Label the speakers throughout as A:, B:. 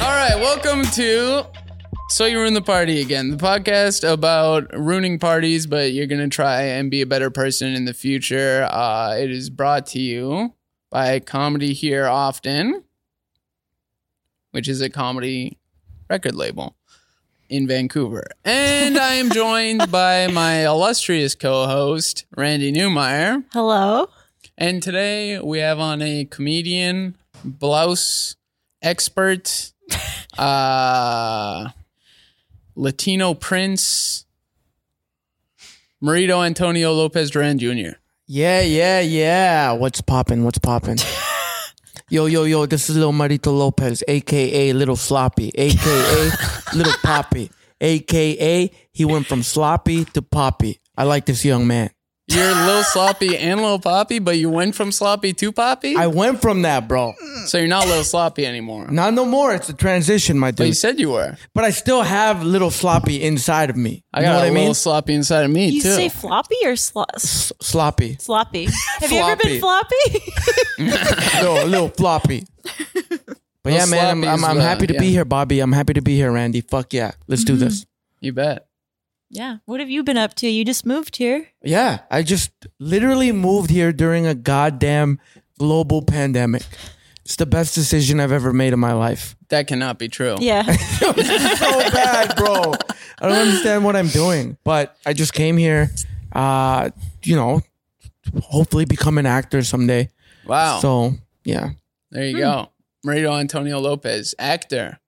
A: Welcome to So You Ruin the Party Again, the podcast about ruining parties, but you're going to try and be a better person in the future. Uh, it is brought to you by Comedy Here Often, which is a comedy record label in Vancouver. And I am joined by my illustrious co host, Randy Newmeyer.
B: Hello.
A: And today we have on a comedian, blouse expert, uh, Latino prince, Marito Antonio Lopez Duran Jr.
C: Yeah, yeah, yeah. What's poppin'? What's poppin'? yo, yo, yo, this is Little Marito Lopez, aka Little Floppy, aka Little Poppy, aka he went from sloppy to poppy. I like this young man.
A: You're Lil Sloppy and Lil Poppy, but you went from Sloppy to Poppy?
C: I went from that, bro.
A: so you're not Lil Sloppy anymore.
C: Not no more. It's a transition, my
A: But you
C: dude.
A: said you were.
C: But I still have Little Floppy inside of me.
A: I
C: you
A: got
C: know what
A: a
C: I mean?
A: Lil Sloppy inside of me,
B: You
A: too.
B: say floppy or slo-
C: S- sloppy.
B: sloppy? Have you ever been floppy?
C: little, little floppy. But yeah,
A: Little
C: man, I'm,
A: sloppy is
C: I'm, I'm
A: the-
C: happy to
A: yeah. Mm-hmm.
C: be here, Bobby. I'm happy to be here, Randy. Fuck yeah. Let's do this.
A: you bet.
B: yeah. What have you been up to? You just moved here.
C: Yeah, I just literally moved here during a goddamn global pandemic. It's the best decision I've ever made in my life.
A: That cannot be true.
B: Yeah.
C: So bad, bro. I don't understand what I'm doing, but I just came here, uh, you know, hopefully become an actor someday.
A: Wow.
C: So, Hmm. yeah.
A: there you go. Marito Antonio Lopez, actor.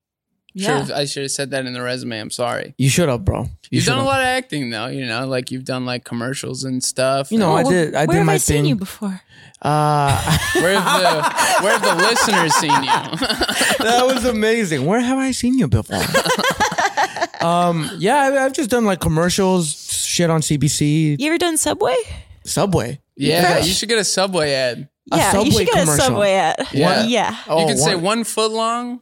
B: yeah.
A: Sure, I should have said that in the resume. I'm sorry.
C: You should have, bro. You
A: You've
C: should
A: done a
C: have.
A: lot of acting though, you know, like you've done like commercials and stuff.
C: You know, I
B: well,
C: did. I
B: where
C: did
B: have
C: my
B: I
C: thing.
B: seen you before?
C: Uh,
A: where have the where have the listeners seen you?
C: that was amazing. Where have I seen you before? um, yeah, I, I've just done like commercials, shit on CBC,
B: You ever done Subway?
C: Subway.
A: yeah,
C: Yeah.
A: you should get a subway ad.
C: A
B: yeah, you
C: Subway
B: should get
C: commercial.
B: a Subway at.
A: Yeah.
B: Yeah.
C: Oh,
A: you could say
C: one-
A: one foot long.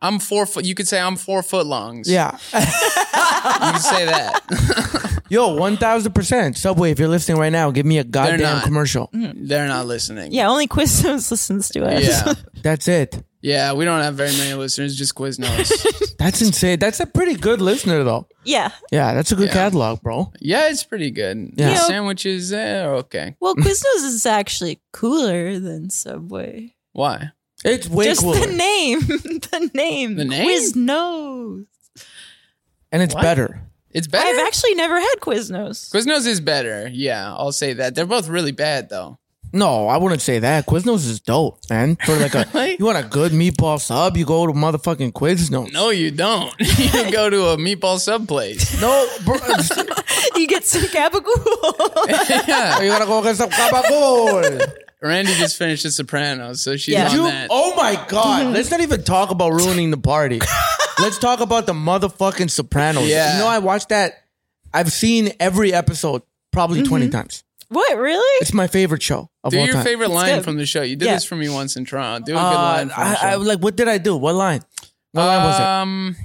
A: I'm four foot. You could say I'm four foot longs.
C: Yeah.
A: you could say that.
C: Yo, 1000%. Subway, if you're listening right now, give me a
A: not.
C: goddamn commercial.
A: They're not listening.
B: Yeah, only Quiznos listens to us.
A: yeah,
C: That's it.
A: yeah. We don't have very many listeners. Just Quiznos.
C: That's insane. That's a pretty good listener, though.
B: Yeah.
C: Yeah, that's a good catalog, bro.
A: yeah, it's pretty good.
C: Yeah.
A: The
B: You know-
A: sandwiches eh, are okay.
B: Well, Quiznos is actually cooler than Subway.
A: Why?
C: It's way
B: just
C: cooler.
B: the name. the name.
A: The name?
B: Quiznos.
C: and it's
A: What?
C: better.
A: It's better.
B: I've actually never had Quiznos.
A: Quiznos is better. Yeah, I'll say that. They're both really bad though.
C: No, I wouldn't say that. Quiznos is dope, man. For like a,
A: Really?
C: you want a good meatball sub, you go to motherfucking Quiznos.
A: No, you don't. you go to a meatball sub place.
C: no, bro.
B: you get some gabagool.
A: yeah.
C: you gotta go get some cabagol.
A: Randy just finished The Sopranos, so she's
B: Yeah.
A: on
C: You,
A: that.
C: oh my god! Let's not even talk about ruining the party. Let's talk about the motherfucking Sopranos.
A: Yeah.
C: You know, I watched that. I've seen every episode probably twenty times.
B: what, really?
C: It's my favorite show of
A: Do
C: all
A: Mm-hmm. your
C: time.
A: favorite line
B: good.
A: from the show. You did
B: Yeah.
A: this for me once in Toronto. Do a good
C: Uh,
A: line from the
C: I,
A: show.
C: I like. What did I do? What line? What line was
A: um,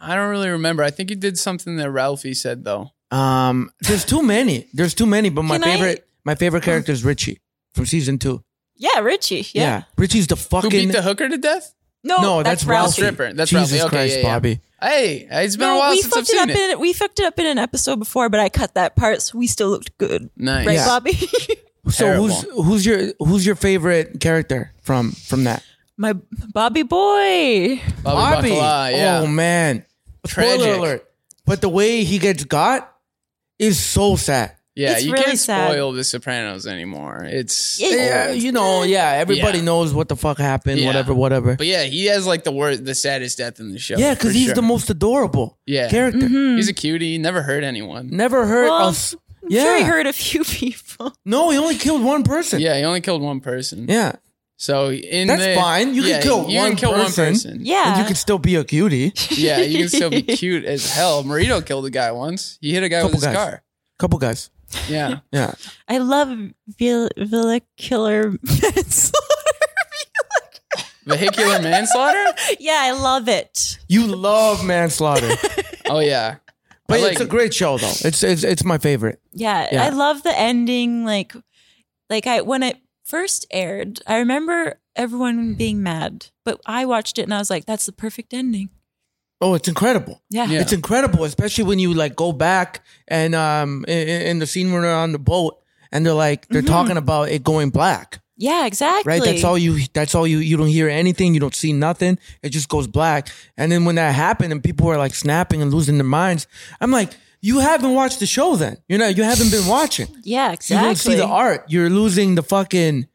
A: I don't really remember. I think you did something that Ralphie said though.
C: it? Um, there's too many. There's too many. But my
B: Can I-
C: favorite, my favorite character is Richie from season two.
B: Yeah, Richie. Yeah.
C: Richie's the
A: Who
C: fucking.
A: beat the hooker to death?
B: No,
C: no,
B: that's,
C: that's,
B: Ralphie.
C: Ralphie.
A: Stripper. That's
C: Jesus
A: Ralphie. Okay,
C: Christ,
A: yeah, yeah.
C: Bobby.
A: Hey, it's been
B: No,
A: a while
B: we
A: since I've
B: fucked it up
A: seen it.
B: in we fucked it up in an episode before, but I cut that part, so we still looked good,
A: nice.
B: right, Bobby?
C: So who's who's your who's your favorite character from from that?
B: My Bobby boy.
A: Bobby, Bacala, yeah.
C: Oh man.
A: Tragic.
C: Spoiler alert. But the way he gets got is so sad.
A: yeah,
B: It's
A: you
B: really
A: can't
B: sad.
A: spoil The Sopranos anymore. It's
B: Yeah,
C: Yeah, you know, yeah, everybody
A: Yeah.
C: knows what the fuck happened,
A: Yeah.
C: whatever, whatever.
A: But yeah, he has like the worst, the saddest death in the show.
C: yeah, because
A: for
C: he's
A: sure.
C: the most adorable
A: Yeah.
C: character.
A: He's a cutie. Never hurt anyone.
C: Never hurt
B: Mm-hmm. Well,
C: us.
B: I'm
C: Yeah.
B: sure he hurt a few people.
C: No, he only killed one person.
A: Yeah, he only killed one person.
C: Yeah.
A: So in
C: That's
A: the-
C: fine. You can
A: yeah,
C: kill
A: you
C: one
A: can kill
C: person.
A: one person.
B: Yeah,
C: And you could still be a cutie.
A: Yeah, you can still be cute as hell. Marito killed a guy once. He hit a guy with
C: Couple
A: his
C: guys.
A: car.
C: Couple guys.
A: Yeah.
C: Yeah.
B: I love vil- vehicular manslaughter.
A: Vehicular manslaughter?
B: yeah, I love it.
C: You love manslaughter.
A: Oh yeah.
C: But
A: I like-
C: it's a great show though. It's it's it's my favorite.
B: Yeah,
C: Yeah.
B: I love the ending. Like, like I when it first aired, I remember everyone being mad, but I watched it and I was like, "That's the perfect ending."
C: Oh, it's incredible.
B: Yeah.
A: Yeah.
C: It's incredible, especially when you like go back and um in, in the scene when they're on the boat and they're like they're talking about it going black.
B: Yeah, exactly.
C: Right? That's all you that's all you you don't hear anything, you don't see nothing. It just goes black. And then when that happened and people were like snapping and losing their minds, I'm like, you haven't watched the show then. You know, you haven't been watching.
B: Yeah, exactly.
C: You don't see the art. You're losing the fucking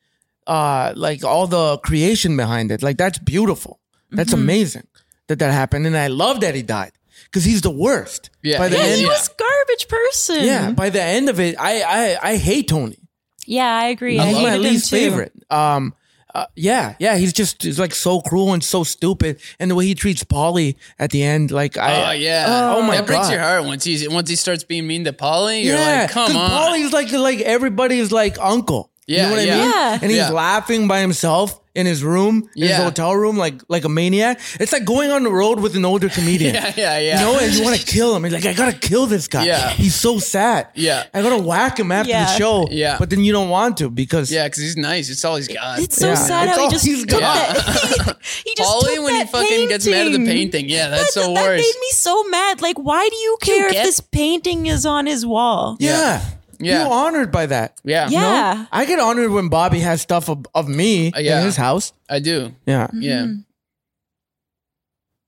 C: uh like all the creation behind it. Like that's beautiful. That's
B: Mm-hmm.
C: amazing that that happened and I love that he died cuz he's the worst.
A: Yeah.
C: By the
B: Yeah,
C: end
B: he was garbage person.
C: Yeah, by the end of it I I I hate Tony.
B: Yeah, I agree. I
C: He's my
B: hated him
C: least
B: too.
C: favorite. Um, uh, yeah, yeah, he's just he's like so cruel and so stupid, and the way he treats Polly at the end, like
A: Oh
C: I,
A: yeah.
C: Oh, my
A: That breaks
C: God.
A: your heart once he once he starts being mean to Polly. You're like, come
C: 'cause
A: on.
C: Polly's like like everybody's like uncle. you
A: Yeah,
C: know what
A: yeah.
C: I mean?
B: Yeah.
C: And he's
A: Yeah.
C: laughing by himself in his room, in his
A: Yeah.
C: hotel room, like like a maniac. It's like going on the road with an older comedian.
A: yeah, yeah, yeah.
C: You know, and you want to kill him. You're like, I gotta kill this guy.
A: Yeah.
C: He's so sad.
A: Yeah.
C: I gotta whack him after the
B: Yeah.
C: show.
A: Yeah.
C: But then you don't want to because
A: yeah, because he's nice. It's all he's got.
B: It's so
C: Yeah.
B: sad
C: It's
B: how
C: all
B: he just
C: he's
B: took
C: got.
B: that. He, he just
A: Polly
B: took
A: when he
B: that
A: fucking gets mad at the painting. Yeah, that's
B: that,
A: so
B: that
A: worse.
B: made me so mad. Like, why do you care if
A: get-
B: this painting is on his wall?
C: Yeah.
A: Yeah.
C: You're honored by that.
A: yeah,
B: Yeah.
C: No? I get honored when Bobby has stuff of, of me
A: Uh, yeah.
C: in his house.
A: I do.
C: Yeah.
A: Yeah,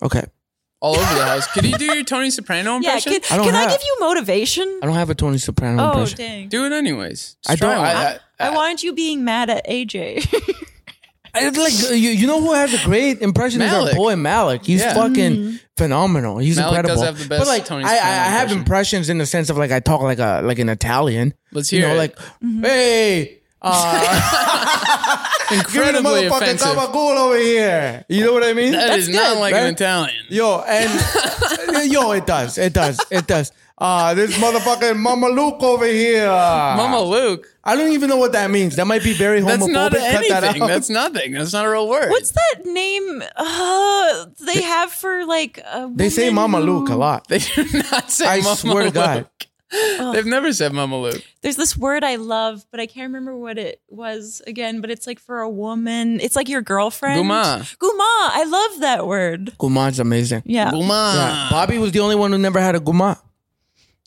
C: Okay.
A: all over the house. Could you do your Tony Soprano
B: Yeah,
A: impression?
B: can,
C: I don't
B: can I
C: have-
B: give you motivation?
C: I don't have a Tony Soprano
B: Oh,
C: impression.
B: dang.
A: do it anyways. Just
C: I don't.
A: try one.
C: I,
B: I wanted you being mad at AJ.
C: I, I like you. You know who has a great impression is
A: Malik.
C: our boy Malik. He's
A: Yeah.
C: fucking phenomenal. He's
A: Malik does
C: incredible.
A: have the best
C: but like,
A: Tony
C: I, I, I
A: Soprano
C: have
A: impression.
C: impressions in the sense of like I talk like a like an Italian.
A: Let's
C: You
A: hear
C: know,
A: it.
C: like hey. Uh,
A: Incredibly
C: give me motherfucking
A: offensive.
C: gabagool over here. You know what I mean?
A: That is not
B: good,
A: like an
C: right?
A: Italian.
C: Yo, and yo, it does, it does, it does. Uh, this motherfucking Mama Luke over here.
A: Mama Luke.
C: I don't even know what that means. That might be very homophobic.
A: That's not
C: Ah. Cut that
A: anything.
C: out.
A: That's nothing. That's not a real word.
B: What's that name uh, they have for like a
C: they say
B: woman
C: Mama
B: who-
C: Luke a lot.
A: they do not say
C: I
A: Mama
C: swear to
A: Luke.
C: God.
A: They've never said Mama Luke.
B: There's this word I love, but I can't remember what it was again. But it's like for a woman. It's like your girlfriend.
A: Guma.
B: Guma. I love that word.
C: Guma's amazing.
B: Yeah.
A: Guma.
C: Yeah, Bobby was the only one who never had a Guma.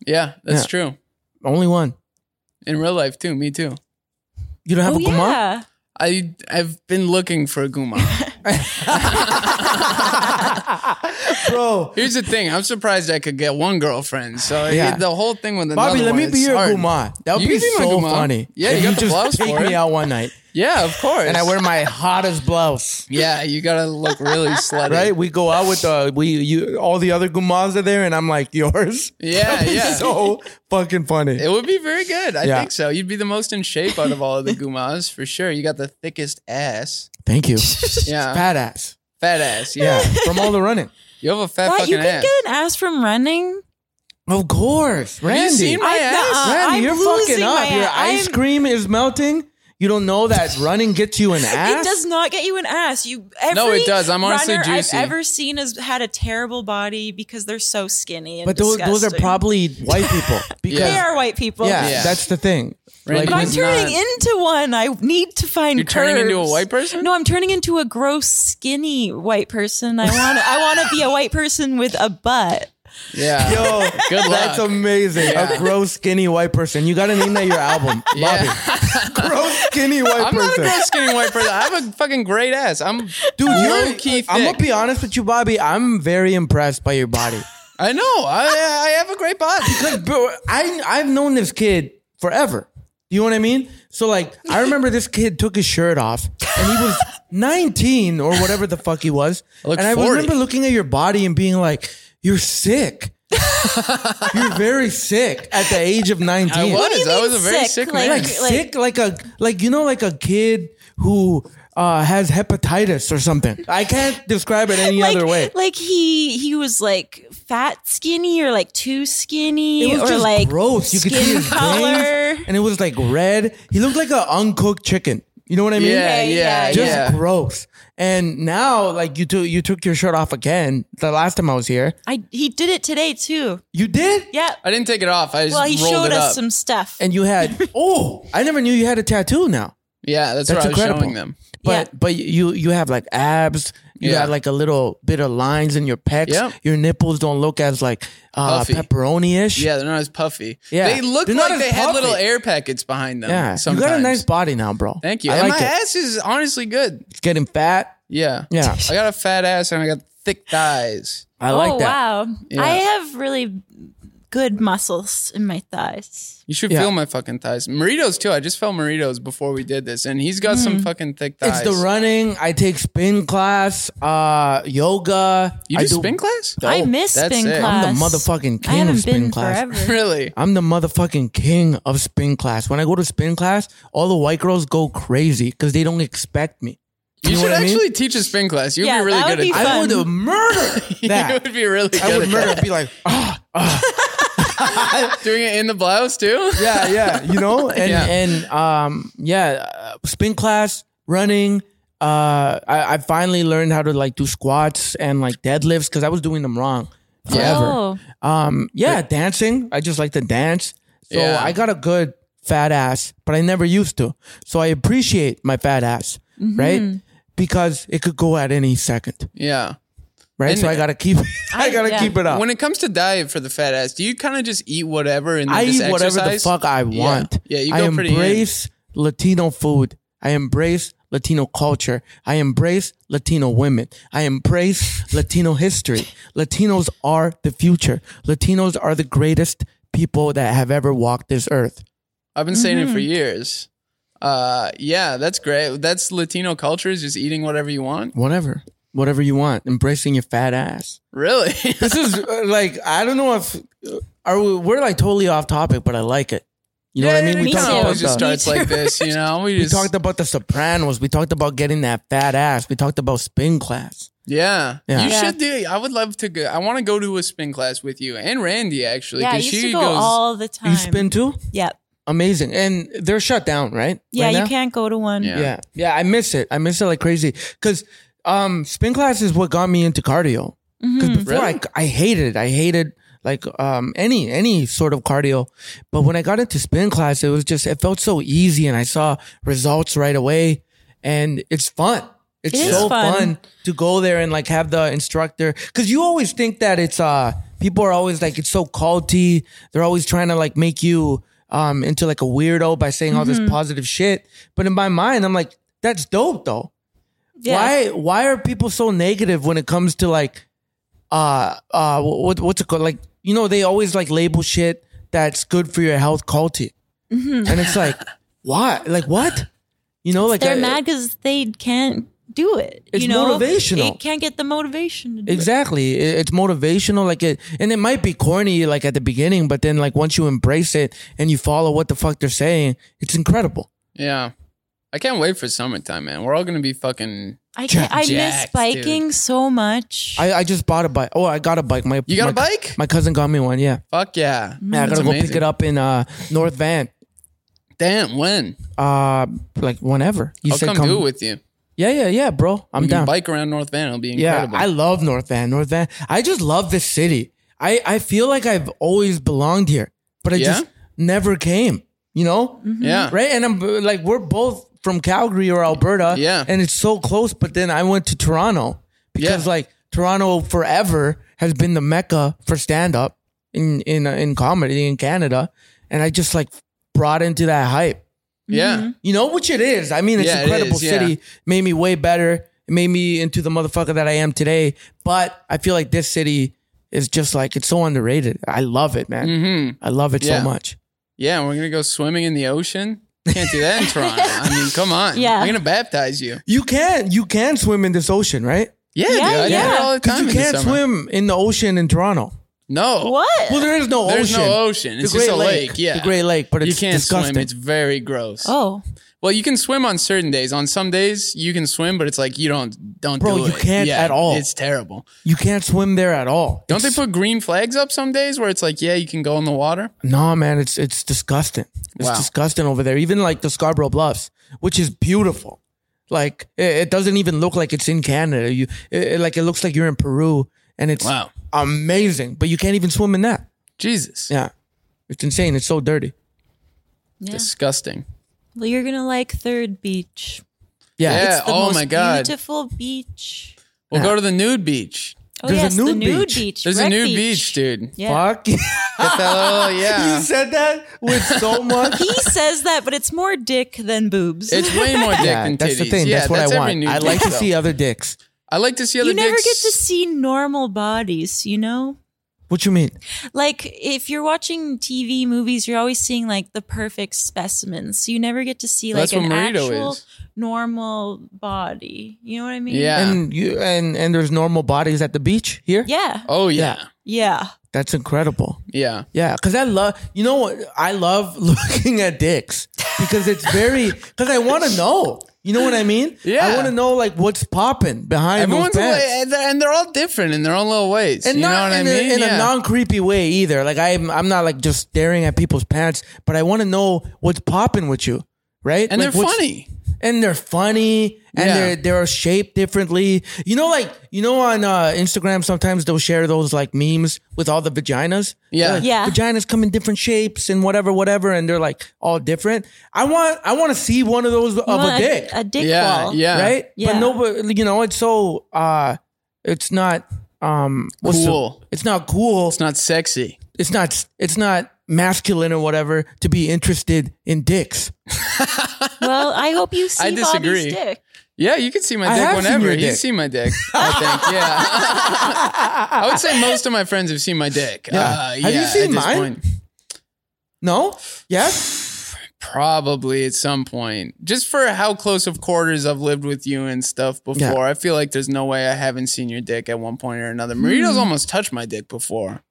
A: Yeah, that's
C: Yeah.
A: true.
C: Only one.
A: In real life too. Me too.
C: You don't have
B: oh
C: a Guma?
B: yeah.
A: I I've been looking for a guma.
C: Bro.
A: Here's the thing. I'm surprised I could get one girlfriend. So
C: Yeah.
A: the whole thing with another
C: Bobby, let
A: one
C: me
A: is
C: be your
A: hard.
C: Guma. That would
A: You
C: be
A: can be my
C: so
A: Guma.
C: funny.
A: Yeah, you
C: If
A: got the
C: just
A: blouse
C: take
A: for
C: me
A: it.
C: out one night.
A: Yeah, of course.
C: And I wear my hottest blouse.
A: Yeah, you gotta look really slutty.
C: Right? We go out with uh we you all the other Gumas are there and I'm like yours.
A: Yeah, yeah.
C: so fucking funny.
A: It would be very good. I
C: Yeah.
A: think so. You'd be the most in shape out of all of the gumas for sure. You got the thickest ass.
C: Thank you.
A: Yeah. Fat,
C: Fat ass.
A: ass. Yeah.
C: Yeah. From all the running.
A: You have a fat
B: That
A: fucking
B: you can
A: ass.
B: get an ass from running.
C: Of course. Randy.
A: seen my
B: I-
A: ass?
B: nuh-uh,
C: Randy,
B: Uh, I'm
C: you're
B: losing
C: fucking
B: my
C: up. Your
B: ass.
C: ice
B: I'm-
C: cream is melting. You don't know that running gets you an ass.
B: It does not get you an ass. You every
A: No, it does. I'm honestly
B: runner
A: juicy.
B: I've ever seen has had a terrible body because they're so skinny. And
C: But those, those are
B: disgusting.
C: probably white people. Because,
B: they
A: Yeah.
C: yeah.
B: are white people.
A: Yeah.
C: that's the thing.
A: Randy
B: But I'm
A: It's
B: turning
A: not-
B: into one. I need to find.
A: You're turning into a
B: curves.
A: white person?
B: No, I'm turning into a gross, skinny white person. I want. I want to be a white person with a butt.
A: Yeah.
C: yo,
A: Good
C: that's
A: luck.
C: amazing. A gross, skinny white person. You got to name that your album,
A: Yeah.
C: Bobby. gross, skinny white
A: I'm not a
C: person.
A: gross skinny white person. I have a fucking great ass. I'm
C: Dude,
A: low key thick.
C: I'm gonna be honest with you, Bobby. I'm very impressed by your body.
A: I know. I, I have a great body.
C: Like, bro, I I've known this kid forever. You know what I mean? So like, I remember this kid took his shirt off, and he was 19 or whatever the fuck he was.
A: look
C: and I
A: 40.
C: remember looking at your body and being like, "You're sick. You're very sick." At the age of 19,
A: I
B: do
A: was.
B: you
A: I
B: mean
A: was a very
B: sick?
A: sick,
B: Like-
A: man.
C: like, sick, like a like you know, like a kid who uh, has hepatitis or something. I can't describe it any
B: like,
C: other way.
B: like he he was like fat, skinny, or like too skinny,
C: It was
B: or
C: just
B: like
C: gross. You could see
B: skin
C: his
B: color.
C: veins, and it was like red. He looked like an uncooked chicken. You know what I mean?
A: yeah,
B: Okay,
A: yeah,
B: yeah,
A: yeah.
C: Just gross. And now, like you took you took your shirt off again. The last time I was here,
B: I he did it today too.
C: you did.
B: Yeah.
A: I didn't take it off. I just
B: Well, he
A: rolled
B: showed
A: it
B: us
A: up.
B: some stuff.
C: And you had oh, I never knew you had a tattoo. Now
A: Yeah, that's,
C: That's
A: what I was
C: incredible.
A: showing them.
C: But but you you have like abs. You
A: Yeah.
C: got like a little bit of lines in your pecs.
A: Yeah.
C: Your nipples don't look as like uh,
A: Puffy.
C: pepperoni ish.
A: Yeah, they're not as puffy.
C: Yeah.
A: They look
C: They're not
A: like
C: as
A: they had little
C: puffy.
A: air packets behind them.
C: yeah.
A: Sometimes.
C: You got a nice body now, bro.
A: Thank you.
C: I
A: and
C: like
A: my
C: it.
A: ass is honestly good.
C: It's getting fat.
A: Yeah.
C: Yeah,
A: I got a fat ass and I got thick thighs.
C: I like
B: oh
C: that.
B: wow!
A: Yeah.
B: I have really good muscles in my thighs.
A: You should
C: Yeah.
A: feel my fucking thighs. Moritos too. I just felt Moritos before we did this, and he's got some fucking thick thighs.
C: Mm. It's the running. I take spin class, uh, yoga.
A: You
C: I
A: do, spin class?
B: I miss
A: Oh, that's
B: spin
A: it. I'm
B: class.
C: I'm the motherfucking
B: I
C: king
B: haven't
C: of spin
B: been
C: class.
B: forever.
A: Really?
C: I'm the motherfucking king of spin class. When I go to spin class, all the white girls go crazy because they don't expect me.
A: You,
C: know
A: should
C: what I mean?
A: actually teach a spin class. You'd
B: Yeah,
A: be really
B: that
A: good
B: would be
A: at
C: I
B: fun.
C: would murder
A: that. you
C: that.
A: would be really good
C: I would
A: at that.
C: murder. Be like, ah,
A: Doing it in the blouse too?
C: yeah, yeah, you know, and
A: Yeah.
C: and um, yeah, uh, spin class, running. Uh, I, I finally learned how to like do squats and like deadlifts because I was doing them wrong.
A: Yeah.
C: Forever.
B: Oh,
C: Um, yeah, dancing. I just like to dance. So
A: Yeah.
C: I got a good fat ass, but I never used to. So I appreciate my fat ass, right? Because it could go at any second,
A: Yeah.
C: right?
A: And-
C: so I gotta keep, I,
B: I-
C: gotta
B: yeah.
C: keep it up.
A: When it comes to diet for the fat ass, do you kind of just eat whatever and then
C: I
A: just
C: eat whatever
A: exercise?
C: the fuck I want.
A: Yeah, you
C: I
A: go pretty in.
C: embrace Latino food. I embrace Latino culture. I embrace Latino women. I embrace Latino history. Latinos are the future. Latinos are the greatest people that have ever walked this earth.
A: I've been saying it for
C: Mm-hmm.
A: years. Uh, yeah, that's great. That's Latino culture is just eating whatever you want.
C: Whatever. Whatever you want. Embracing your fat ass.
A: Really?
C: This is uh, like I don't know if are we, we're like totally off topic, but I like it. You know what I mean?
A: We
B: me
C: talked
B: too.
C: about
A: always just
C: the-
A: starts like this, you know. We
C: We
A: just
C: talked about the Sopranos. We talked about getting that fat ass. We talked about spin class.
A: yeah.
C: Yeah.
A: You
B: Yeah.
A: should do. I would love to go. I want to go to a spin class with you and Randy actually.
B: yeah. I
A: 'cause
B: used
A: she
B: to go
A: goes,
B: all the time.
C: You spin too?
B: Yep.
C: Amazing. And they're shut down, right?
B: Yeah,
C: Right
B: you
C: now?
B: can't go to one.
A: Yeah.
C: Yeah. yeah. I miss it. I miss it like crazy. Cause um spin class is what got me into cardio. Because before
A: Mm-hmm. Really?
C: I I hated it. I hated like um any any sort of cardio. But when I got into spin class, it was just it felt so easy and I saw results right away. And it's fun. It's
B: It is
C: so
B: fun.
C: fun to go there and like have the instructor because you always think that it's uh people are always like it's so culty they're always trying to like make you um into like a weirdo by saying all
B: Mm-hmm.
C: this positive shit but in my mind i'm like that's dope though
B: Yeah.
C: why why are people so negative when it comes to like uh uh what what's it called like you know they always like label shit that's good for your health culty
B: Mm-hmm.
C: and it's like why like what you know like
B: They're
C: I-
B: mad because they can't do it.
C: It's
B: you know?
C: motivational.
B: It can't get the motivation to do it.
C: Exactly. It- It's motivational. Like it, and it might be corny, like at the beginning, but then like once you embrace it and you follow what the fuck they're saying, it's incredible.
A: Yeah. I can't wait for summertime, man. We're all gonna be fucking.
B: I can't, I miss
A: Jacked,
B: biking so much.
C: I, I just bought a bike. Oh, I got a bike. My
A: You got a
C: my,
A: bike?
C: My cousin got me one. Yeah.
A: Fuck yeah!
C: Yeah, I gotta go pick it up in uh North Van.
A: Damn, when?
C: Uh, like whenever you
A: I'll
C: said
A: come, do it with you.
C: Yeah, yeah, yeah, bro. I'm
A: We can
C: down.
A: bike around North Van. It'll be
C: Yeah,
A: incredible.
C: I love North Van. North Van. I just love this city. I I feel like I've always belonged here, but I
A: Yeah?
C: just never came. You know?
A: yeah.
C: right? And I'm uh, like, we're both from Calgary or Alberta,
A: Yeah.
C: and it's so close. But then I went to Toronto because,
A: Yeah.
C: like, Toronto forever has been the mecca for stand up in in uh, in comedy in Canada, and I just like brought into that hype,
A: Yeah.
C: you know, which it is. I mean, it's
A: Yeah,
C: an
A: it
C: incredible
A: is, yeah.
C: city, made me way better, it made me into the motherfucker that I am today. But I feel like this city. is just like it's so underrated. I love it, man. I love it
A: Mm. Yeah.
C: so much.
A: Mm-hmm. Yeah, and we're gonna go swimming in the ocean. Can't do that in Toronto. I mean, come on.
B: Yeah.
A: I'm gonna baptize you.
C: You can you can swim in this ocean, right?
A: Yeah,
B: Yeah,
A: dude. I do
B: yeah.
A: it all the time.
C: Because
A: in
C: you
A: the
C: can't
A: summer.
C: swim in the ocean in Toronto.
A: No.
B: what?
C: Well, there is no
A: There's
C: ocean.
A: no ocean. It's
C: the
A: just
C: Great
A: a lake. Yeah.
C: the Great Lake, but it's
A: you can't
C: disgusting.
A: swim. It's very gross.
B: oh,
A: Well, you can swim on certain days. On some days, you can swim, but it's like you don't don't
C: Bro,
A: do it.
C: you can't
A: Yeah,
C: at all.
A: It's terrible.
C: you can't swim there at all.
A: Don't they put green flags up some days where it's like, yeah, you can go in the water?
C: No, man, it's it's disgusting. It's
A: Wow.
C: disgusting over there. Even like the Scarborough Bluffs, which is beautiful. Like it, it doesn't even look like it's in Canada. You it, it- like it looks like you're in Peru, and it's
A: Wow.
C: amazing. But you can't even swim in that.
A: Jesus.
C: Yeah, it's insane. It's so dirty.
B: yeah.
A: Disgusting.
B: Well, you're gonna like Third Beach.
C: Yeah.
A: Yeah.
B: It's the
A: oh
B: most
A: my God.
B: Beautiful beach.
A: We'll go to the nude beach.
B: Oh
C: There's a
B: yes, the
C: nude
B: nude
C: beach.
B: beach.
A: There's a
B: Wreck
A: nude beach, dude.
B: Yeah.
C: Fuck.
A: Get that little- oh, yeah.
C: You said that with so much.
B: He says that, but it's more dick than boobs.
A: It's way more dick
C: yeah,
A: than titties.
C: that's the thing.
A: Yeah,
C: that's what I
A: every
C: want.
A: nude
C: I like
A: beach,
C: to
A: though.
C: see other dicks.
A: I like to see other
B: you never
A: dicks.
B: get to see normal bodies, you know?
C: What you mean?
B: Like if you're watching TV movies, you're always seeing like the perfect specimens. So you never get to see like
A: That's what
B: an
A: Marito
B: actual
A: is.
B: normal body. You know what I mean?
A: Yeah.
C: And you and and there's normal bodies at the beach here.
B: Yeah.
A: Oh yeah.
B: Yeah.
C: That's incredible.
A: Yeah.
C: Yeah, because I love, you know what? I love looking at dicks because it's very, because I want to know. You know what I mean?
A: Yeah.
C: I want to know, like, what's popping behind
A: Everyone's
C: those
A: a
C: pants.
A: li- and they're- and they're all different in their own little ways.
C: and
A: you
C: not
A: know what
C: in,
A: I mean?
C: a, in
A: yeah.
C: a non creepy way either. Like I'm, I'm not like just staring at people's pants, but I want to know what's popping with you, right?
A: and
C: Like,
A: they're
C: what's-
A: funny.
C: and they're funny and
A: Yeah.
C: they're they're shaped differently. You know, like you know on uh, Instagram sometimes they'll share those like memes with all the vaginas.
A: Yeah.
C: They're like,
B: Yeah.
C: Vaginas come in different shapes and whatever, whatever, and they're like all different. I want I want to see one of those of
B: Well,
C: a dick,
B: A dick
A: Yeah.
B: wall.
A: Yeah.
C: right? But
B: Yeah.
C: no, but you know it's so uh, it's not um what's the-
A: Cool.
C: it's not cool.
A: It's not sexy.
C: It's not. It's not masculine or whatever to be interested in dicks.
B: Well, I hope you see
A: I disagree.
B: Bobby's dick.
A: Yeah, you can see my
C: I
A: dick
C: have seen
A: whenever.
C: your
A: You
C: dick.
A: see my dick. I think. Yeah. I would say most of my friends have seen my dick.
C: Yeah.
A: Uh,
C: Have
A: yeah
C: you seen
A: at this
C: mine?
A: Point.
C: No. Yes.
A: Probably at some point. Just for how close of quarters I've lived with you and stuff before,
C: Yeah.
A: I feel like there's no way I haven't seen your dick at one point or another. Marito's
C: Hmm.
A: almost touched my dick before.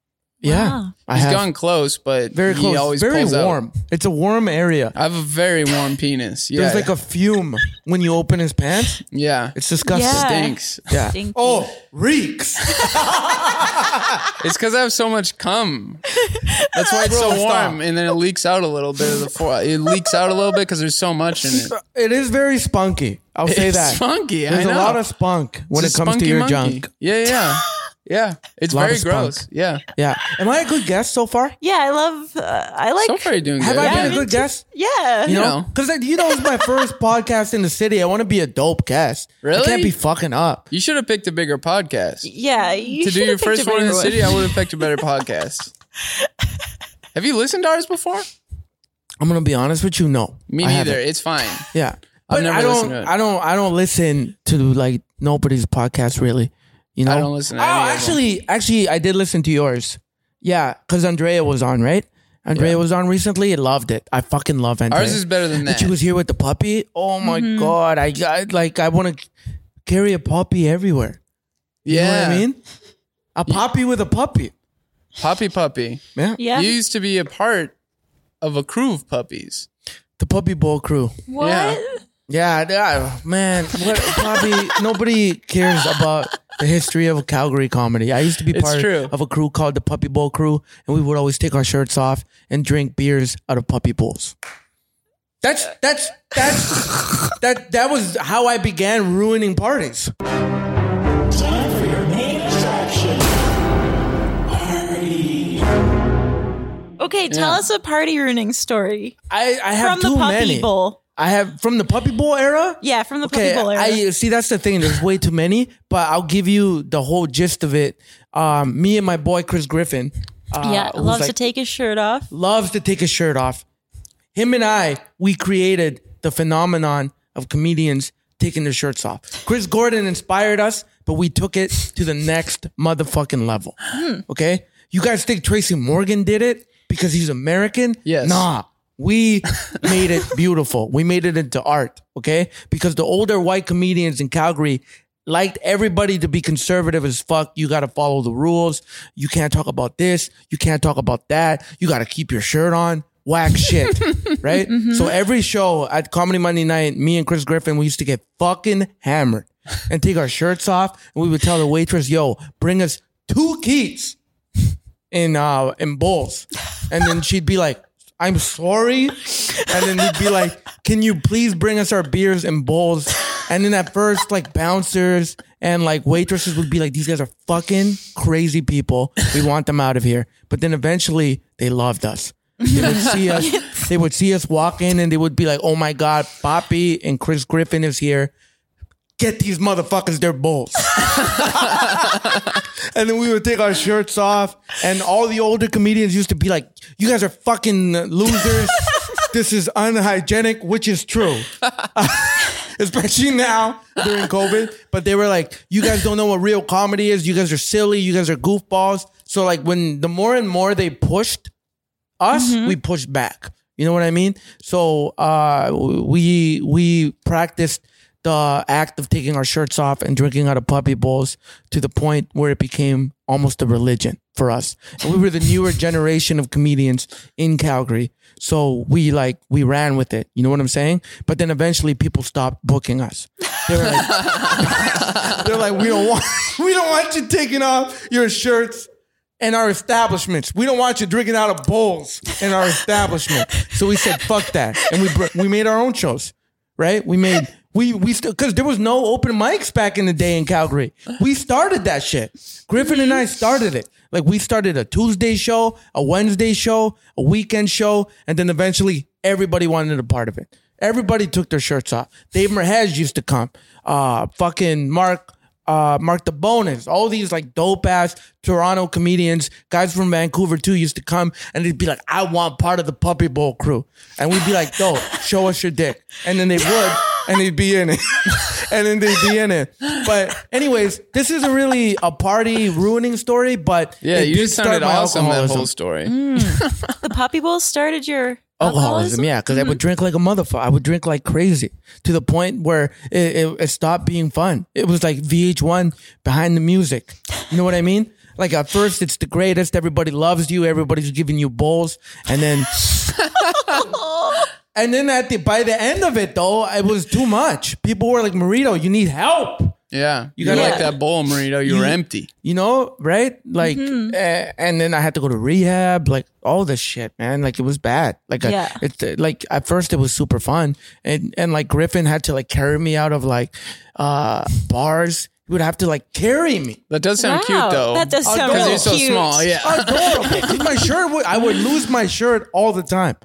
C: Yeah.
B: Wow.
C: I
A: He's
C: have.
A: gone close, but
C: Very
A: he
C: close.
A: always
C: very
A: pulls out.
C: warm. It's a warm area.
A: I have a very warm penis. Yeah,
C: There's like a fume when you open his pants.
A: yeah.
C: It's disgusting.
B: Yeah.
A: stinks.
C: Yeah.
B: Stinky.
C: Oh, reeks.
A: It's because I have so much cum. That's why it's so
C: Bro,
A: warm,
C: stop.
A: and then it leaks out a little bit of the fore. It leaks out a little bit because there's so much in it.
C: it is very spunky. I'll say
A: it's
C: that.
A: funky. I
C: There's
A: know.
C: a lot of spunk when
A: It's
C: it
A: a
C: comes to
A: spunky
C: your
A: monkey.
C: junk.
A: Yeah, yeah, yeah. It's
C: Lot of
A: very
C: spunk.
A: gross. Yeah.
C: Yeah. Am I a good guest so far?
B: Yeah, I love uh, I like
A: So far, you're doing
C: Have
A: good.
C: I
A: Yeah.
C: been a good guest?
B: Yeah.
C: You know,
A: know.
C: because you know it's my first podcast in the city. I want to be a dope guest. I
A: Really?
C: can't be fucking up.
A: You should have picked a bigger podcast.
B: Yeah,
A: to
B: you
A: do
B: should've
A: your
B: picked
A: first
B: a
A: one in the
B: bigger
A: city, I would have picked a better podcast. Have you listened to ours before?
C: I'm gonna be honest with you. No,
A: Me
C: I
A: neither.
C: haven't.
A: It's fine.
C: Yeah, but
A: never
C: I don't.
A: listened to it.
C: I don't. I don't listen to like nobody's podcast really. You know,
A: I don't listen to
C: Oh,
A: any of them.
C: actually, actually, I did listen to yours. Yeah, because Andrea was on, right? Andrea was on recently. I loved it. I fucking love Andrea.
A: Ours is better than
C: And
A: that.
C: she was here with the puppy. Oh my god! I, I like. I want to carry a puppy everywhere. You
A: yeah.
C: know what I mean? A puppy with a puppy.
A: Poppy Puppy.
C: Yeah.
B: Yeah.
A: You used to be a part of a crew of puppies.
C: The puppy bowl crew.
B: what?
A: Yeah.
C: Yeah, yeah, man. What, Bobby, nobody cares about the history of Calgary comedy. I used to be part
A: true.
C: of a crew called the Puppy Bowl Crew, and we would always take our shirts off and drink beers out of puppy bowls. That's that's that's that that was how I began ruining parties.
D: Time for your main attraction. Party.
B: Okay, tell us a party ruining story
C: I I have
B: from the
C: too
B: puppy
C: many.
B: bowl.
C: I have from the puppy bowl era.
B: Yeah, from the
C: Okay,
B: puppy bowl era.
C: I see that's the thing. There's way too many, but I'll give you the whole gist of it. Um, me and my boy Chris Griffin. Uh,
B: yeah,
C: who's
B: loves
C: like-
B: to take his shirt off.
C: loves to take his shirt off. Him and I, we created the phenomenon of comedians taking their shirts off. Chris Gordon inspired us, but we took it to the next motherfucking level. Okay? You guys think Tracy Morgan did it because he's American?
A: Yes.
C: Nah. Ah, We made it beautiful. We made it into art, okay? Because the older white comedians in Calgary liked everybody to be conservative as fuck. You got to follow the rules. You can't talk about this. You can't talk about that. You got to keep your shirt on. Whack shit, right? So every show at Comedy Monday Night, me and Chris Griffin, we used to get fucking hammered and take our shirts off, and we would tell the waitress, "Yo, bring us two keats." in uh in bowls. And then she'd be like, I'm sorry. And then we'd be like, Can you please bring us our beers in bowls? And then at first, like bouncers and like waitresses would be like, These guys are fucking crazy people. We want them out of here. But then eventually they loved us. They would see us they would see us walk in and they would be like, "Oh my God, Poppy and Chris Griffin is here." Get these motherfuckers their bowls. and then we would take our shirts off, and all the older comedians used to be like, "You guys are fucking losers. this is unhygienic," which is true especially now during COVID. But they were like, you guys don't know what real comedy is. You guys are silly. You guys are goofballs. So like when the more and more they pushed us, we pushed back. You know what I mean? So uh, we we practiced the act of taking our shirts off and drinking out of puppy bowls to the point where it became almost a religion for us. And we were the newer generation of comedians in Calgary. So we like we ran with it. You know what I'm saying? But then eventually people stopped booking us. They were like, they're like, we don't want we don't want you taking off your shirts in our establishments. We don't want you drinking out of bowls in our establishment. So we said, fuck that. And we br- we made our own shows, right? We made, we, we still, cause there was no open mics back in the day in Calgary. We started that shit. Griffin and I started it. Like we started a Tuesday show, a Wednesday show, a weekend show, and then eventually everybody wanted a part of it. Everybody took their shirts off. Dave Merhez used to come. Uh, fucking Mark uh, Mark the Bonus, all these like dope ass Toronto comedians, guys from Vancouver too, used to come and they'd be like, I want part of the Puppy Bowl crew. And we'd be like, yo, show us your dick. And then they would, and they'd be in it. and then they'd be in it. But, anyways, this isn't really a party ruining story, but.
A: Yeah,
C: it
A: you
C: did
A: just
C: start
A: sounded
C: my
A: awesome that
C: alcoholism.
A: whole story.
B: Mm. The poppy bowl started your
A: Oh,
C: alcoholism. Yeah, because I would drink like a motherfucker. I would drink like crazy to the point where it, it, it stopped being fun. It was like VH1 behind the music. You know what I mean? Like at first, it's the greatest. Everybody loves you. Everybody's giving you bowls, and then. And then at the by the end of it though, it was too much. People were like, "Marito, you need help."
A: Yeah. You got
C: gotta-
A: like that bowl, Marito. You were empty.
C: you know, right? Like, eh, and then I had to go to rehab, like all this shit, man. Like it was bad. Like, I-
B: Yeah.
C: it's uh, like at first it was super fun, and and like Griffin had to like carry me out of like uh bars. He would have to like carry me.
A: That does sound
B: Wow,
A: cute though. Oh,
B: that does sound
A: Because
C: really
A: you're so
B: cute.
A: small. Yeah.
C: Adorable. 'Cause my shirt would, I would lose my shirt all the time.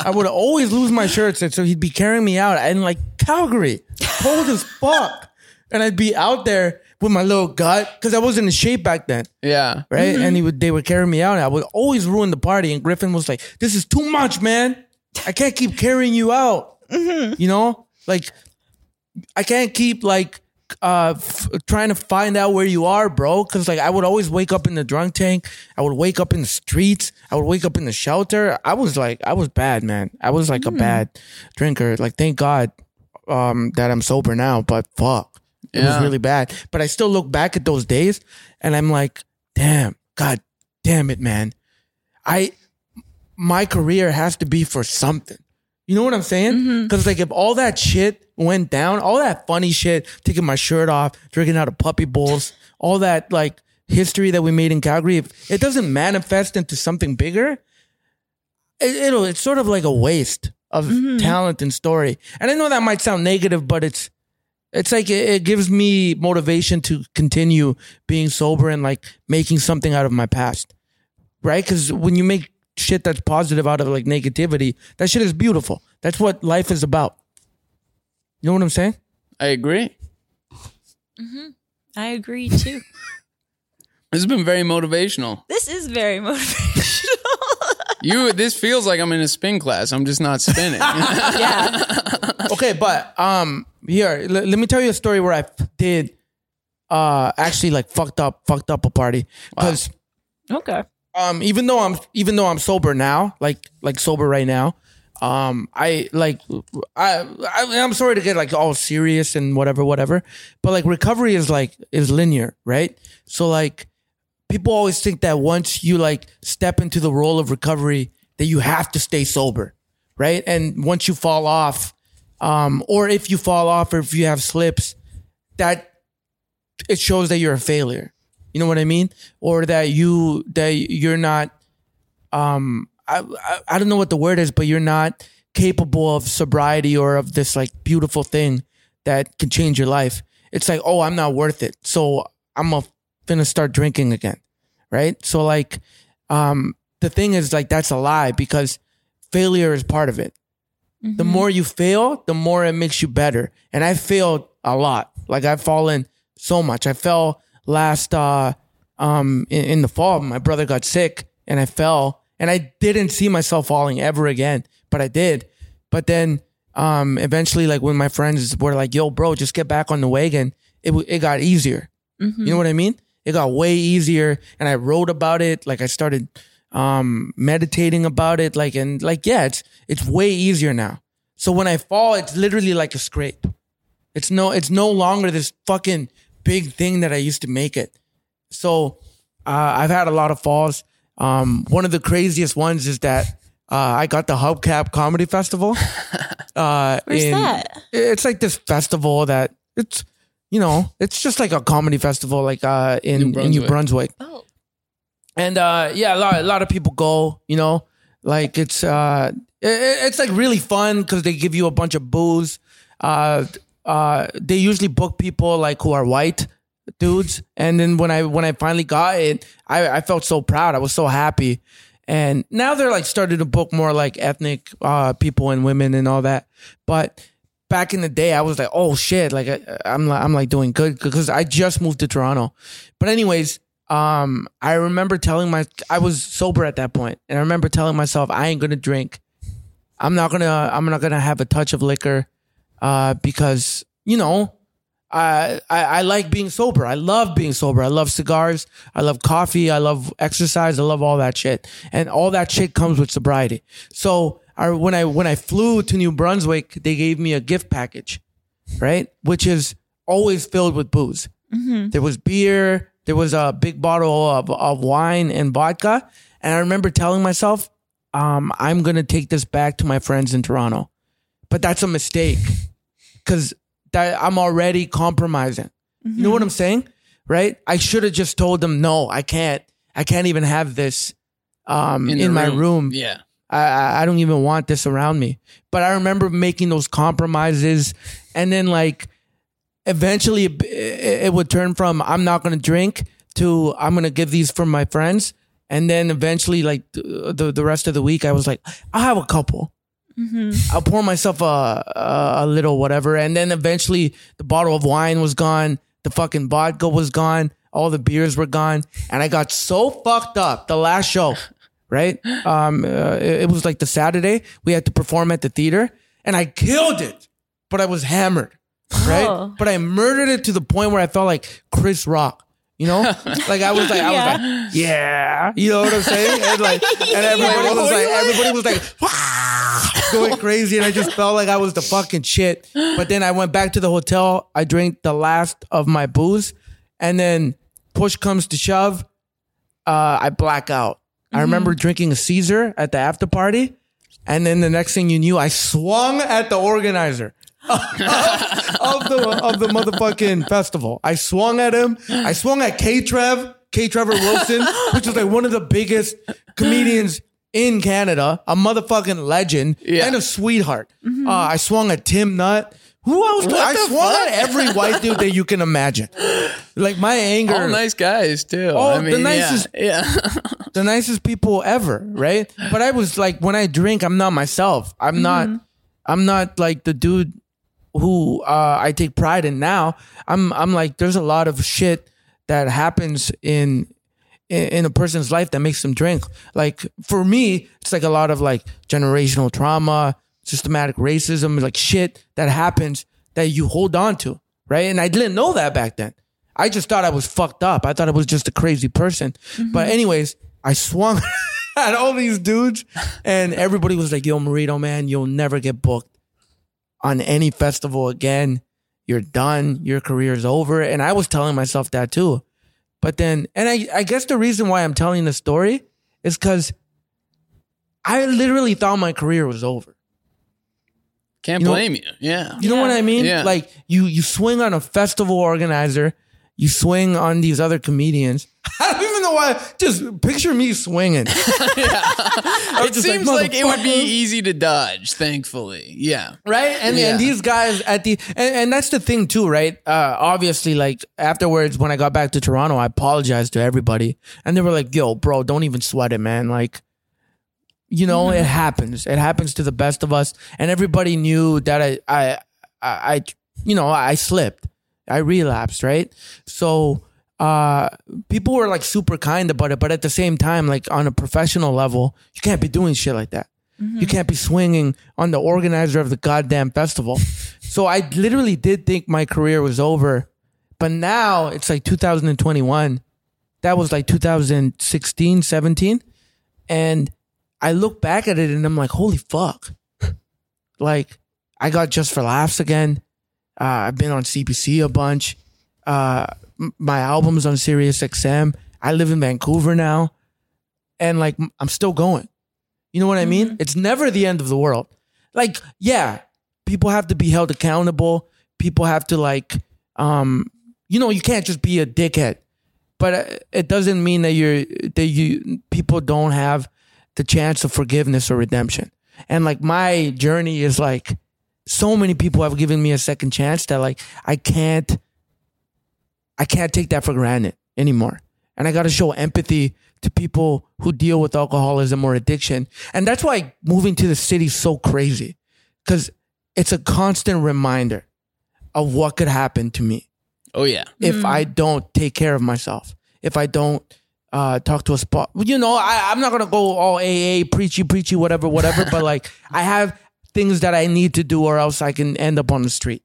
C: I would always lose my shirts. And so he'd be carrying me out and like Calgary, cold as fuck. And I'd be out there with my little gut because I wasn't in shape back then.
A: Yeah.
C: right? And he would they would carry me out. And I would always ruin the party. And Griffin was like, "This is too much, man. I can't keep carrying you out. You know, like I can't keep like uh f- trying to find out where you are, bro. Because like I would always wake up in the drunk tank. I would wake up in the streets. I would wake up in the shelter. I was like, I was bad, man. I was like a bad drinker. Like thank God um that I'm sober now, but fuck. It was
A: Yeah.
C: really bad. But I still look back at those days and I'm like, damn, god damn it, man. I my career has to be for something. You know what I'm saying? Because like if all that shit went down, all that funny shit, taking my shirt off, drinking out of puppy bowls, all that like history that we made in Calgary, if it doesn't manifest into something bigger, it, it'll it's sort of like a waste of talent and story. And I know that might sound negative, but it's it's like it, it gives me motivation to continue being sober and like making something out of my past, right? Because when you make shit that's positive out of like negativity, that shit is beautiful. That's what life is about. You know what I'm saying?
A: I agree.
B: I agree too.
A: This has been very motivational.
B: This is very motivational.
A: You this feels like I'm in a spin class. I'm just not spinning.
B: yeah.
C: okay, but um, here l- let me tell you a story where I f- did uh actually like fucked up, fucked up a party because.
B: Okay.
C: um even though I'm even though I'm sober now, like like sober right now, um I like I, I I'm sorry to get like all serious and whatever whatever, but like recovery is like is linear, right? So like people always think that once you like step into the role of recovery that you have to stay sober, right? And once you fall off um or if you fall off or if you have slips, that it shows that you're a failure. You know what I mean? Or that you that you're not um I, I I don't know what the word is, but you're not capable of sobriety or of this like beautiful thing that can change your life. It's like, "Oh, I'm not worth it." So, I'm a, gonna start drinking again. Right? So like um the thing is like that's a lie because failure is part of it. The
B: Mm-hmm.
C: more you fail, the more it makes you better. And I failed a lot. Like I've fallen so much. I fell last uh um in, in the fall. My brother got sick and I fell and I didn't see myself falling ever again, but I did. But then um eventually like when my friends were like, "Yo, bro, just get back on the wagon." It w- it got easier.
B: Mm-hmm.
C: You know what I mean? It got way easier, and I wrote about it. Like I started um, meditating about it. Like and like, yeah, it's it's way easier now. So when I fall, it's literally like a scrape. It's no, it's no longer this fucking big thing that I used to make it. So uh, I've had a lot of falls. Um, one of the craziest ones is that uh, I got the Hubcap Comedy Festival. Uh,
B: Where's
C: in-
B: that?
C: It's like this festival that it's you know it's just like a comedy festival like uh, in
A: New
C: in New
A: Brunswick.
C: Brunswick.
B: Oh,
C: And uh, yeah, a lot, a lot of people go. You know, like it's uh, it, it's like really fun because they give you a bunch of booze. Uh, uh, they usually book people like who are white dudes. And then when I when I finally got it, I, I felt so proud. I was so happy. And now they're like starting to book more like ethnic uh, people and women and all that. But back in the day, I was like, oh shit, like I, I'm like I'm like doing good because I just moved to Toronto. But anyways, um, I remember telling my I was sober at that point, and I remember telling myself I ain't gonna drink. I'm not gonna I'm not gonna have a touch of liquor, uh, because you know. I, I I like being sober. I love being sober. I love cigars. I love coffee. I love exercise. I love all that shit. And all that shit comes with sobriety. So I, when I when I flew to New Brunswick, they gave me a gift package, right? Which is always filled with booze.
B: Mm-hmm.
C: There was beer. There was a big bottle of, of wine and vodka. And I remember telling myself, um, I'm gonna take this back to my friends in Toronto. But that's a mistake because that I'm already compromising.
B: Mm-hmm.
C: You know what I'm saying? Right? I should have just told them, no, I can't. I can't even have this um, in,
A: the
C: my room.
A: Yeah.
C: I- I, I don't even want this around me. But I remember making those compromises. And then, like, eventually it, it it would turn from I'm not going to drink to I'm going to give these for my friends. And then eventually, like, the, the, the rest of the week, I was like, I'll have a couple. I'll pour myself a, a a little whatever, and then eventually the bottle of wine was gone, the fucking vodka was gone, all the beers were gone, and I got so fucked up. The last show, right? Um, uh, it, it was like the Saturday we had to perform at the theater, and I killed it, but I was hammered, right?
B: Oh.
C: But I murdered it to the point where I felt like Chris Rock. You know, like I was like, I was like, yeah, you know what I'm saying? And like, and everybody
B: Yeah.
C: was like, everybody was like, going crazy and I just felt like I was the fucking shit. But then I went back to the hotel. I drank the last of my booze and then push comes to shove. Uh, I black out. I remember drinking a Caesar at the after party. And then the next thing you knew, I swung at the organizer of the of the motherfucking festival. I swung at him. I swung at K Trev, K Trevor Wilson, which is like one of the biggest comedians in Canada, a motherfucking legend
A: Yeah.
C: and a sweetheart. Uh, I swung at Tim Nutt. Who else? I swung at every white dude that you can imagine. Like my anger,
A: All nice guys too.
C: Oh,
A: I
C: the
A: mean, yeah,
C: nicest-
A: Yeah.
C: the nicest people ever, right? But I was like, when I drink, I'm not myself. I'm not. I'm not like the dude who uh, I take pride in now. I'm. I'm like, there's a lot of shit that happens in in, in a person's life that makes them drink. Like for me, it's like a lot of like generational trauma, systematic racism, like shit that happens that you hold on to, right? And I didn't know that back then. I just thought I was fucked up. I thought I was just a crazy person. But anyways, I swung at all these dudes, and everybody was like, "Yo, Marito, man, you'll never get booked on any festival again. You're done. Your career's over." And I was telling myself that too. But then, and I, I guess the reason why I'm telling the story is because I literally thought my career was over.
A: Can't
C: You know-
A: blame you. Yeah.
C: You know what I mean?
A: Yeah.
C: Like you, you swing on a festival organizer, you swing on these other comedians. I don't even know why. Just picture me swinging.
A: It
C: just like,
A: seems like, it would be
C: "Motherfucker."
A: easy to dodge, thankfully. Yeah.
C: right and
A: Yeah.
C: and these guys at the and, and that's the thing too right uh obviously like afterwards when i got back to toronto i apologized to everybody and they were like yo bro don't even sweat it man like You know, it happens. It happens to the best of us. And everybody knew that I, I, I, I you know, I slipped. I relapsed, right? So uh people were like super kind about it, but at the same time, like on a professional level, you can't be doing shit like that. You can't be swinging on the organizer of the goddamn festival. so I literally did think my career was over, but now it's like 2021. That was like 2016, 17. And I look back at it and I'm like, holy fuck. like, I got just for laughs again. Uh, I've been on CBC a bunch. Uh, m- my album's on Sirius XM. I live in Vancouver now. And like, m- I'm still going. You know what I mean? It's never the end of the world. Like, yeah, people have to be held accountable. People have to, like, um, you know, you can't just be a dickhead but uh, it doesn't mean that you're that you people don't have the chance of forgiveness or redemption and like my journey is like so many people have given me a second chance that like i can't i can't take that for granted anymore and i got to show empathy to people who deal with alcoholism or addiction and that's why moving to the city is so crazy because it's a constant reminder of what could happen to me
A: Oh yeah.
C: if I don't take care of myself, if I don't uh, talk to a spot. You know, I, I'm not gonna go all AA, preachy, preachy, whatever, whatever. but like, I have things that I need to do, or else I can end up on the street.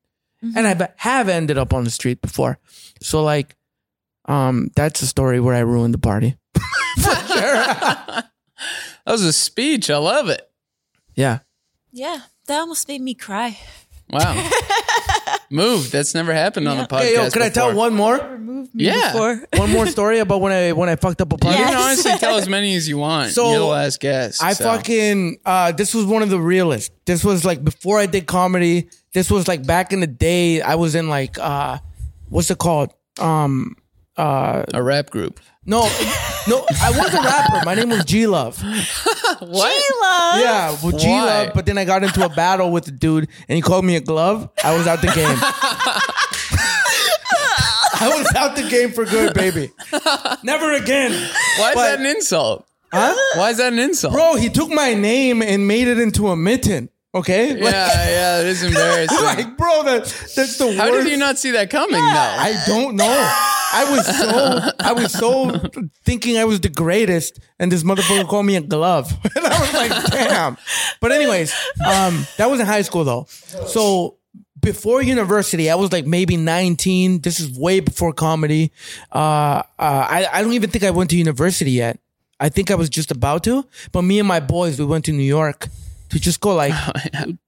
C: And I have ended up on the street before. So like, um, that's a story where I ruined the party.
A: That was a speech. I love it.
C: Yeah.
B: Yeah, that almost made me cry.
A: Wow. Moved. That's never happened on the podcast.
C: Hey, yo, can I tell
A: before.
C: one more?
B: Removed me
A: Yeah.
B: before.
C: One more story about when I when I fucked up a party.
A: You can
B: Yes.
A: honestly tell as many as you want.
C: So,
A: You're the last guest.
C: I
A: so.
C: fucking uh, this was one of the realest. This was like before I did comedy. This was like back in the day. I was in like uh, what's it called? Um,
A: a rap group.
C: no, no, I was a rapper. My name was G Love.
A: What?
B: Sheila.
C: Yeah, with G Love. But then I got into a battle with the dude, and he called me a glove. I was out the game. I was out the game for good, baby. Never again.
A: Why is
C: But-
A: that an insult? Huh? Why is that an insult?
C: Bro, he took my name and made it into a mitten. Okay?
A: yeah, yeah, it is embarrassing.
C: Like, bro, that that's the
A: How
C: worst.
A: did you not see that coming, though?
C: I don't know. I was so I was so thinking I was the greatest, and this motherfucker called me a glove, and I was like, damn. But anyways, um, that was in high school though. So before university, I was like maybe nineteen. This is way before comedy. Uh, uh, I I don't even think I went to university yet. I think I was just about to. But me and my boys, we went to New York to just go like,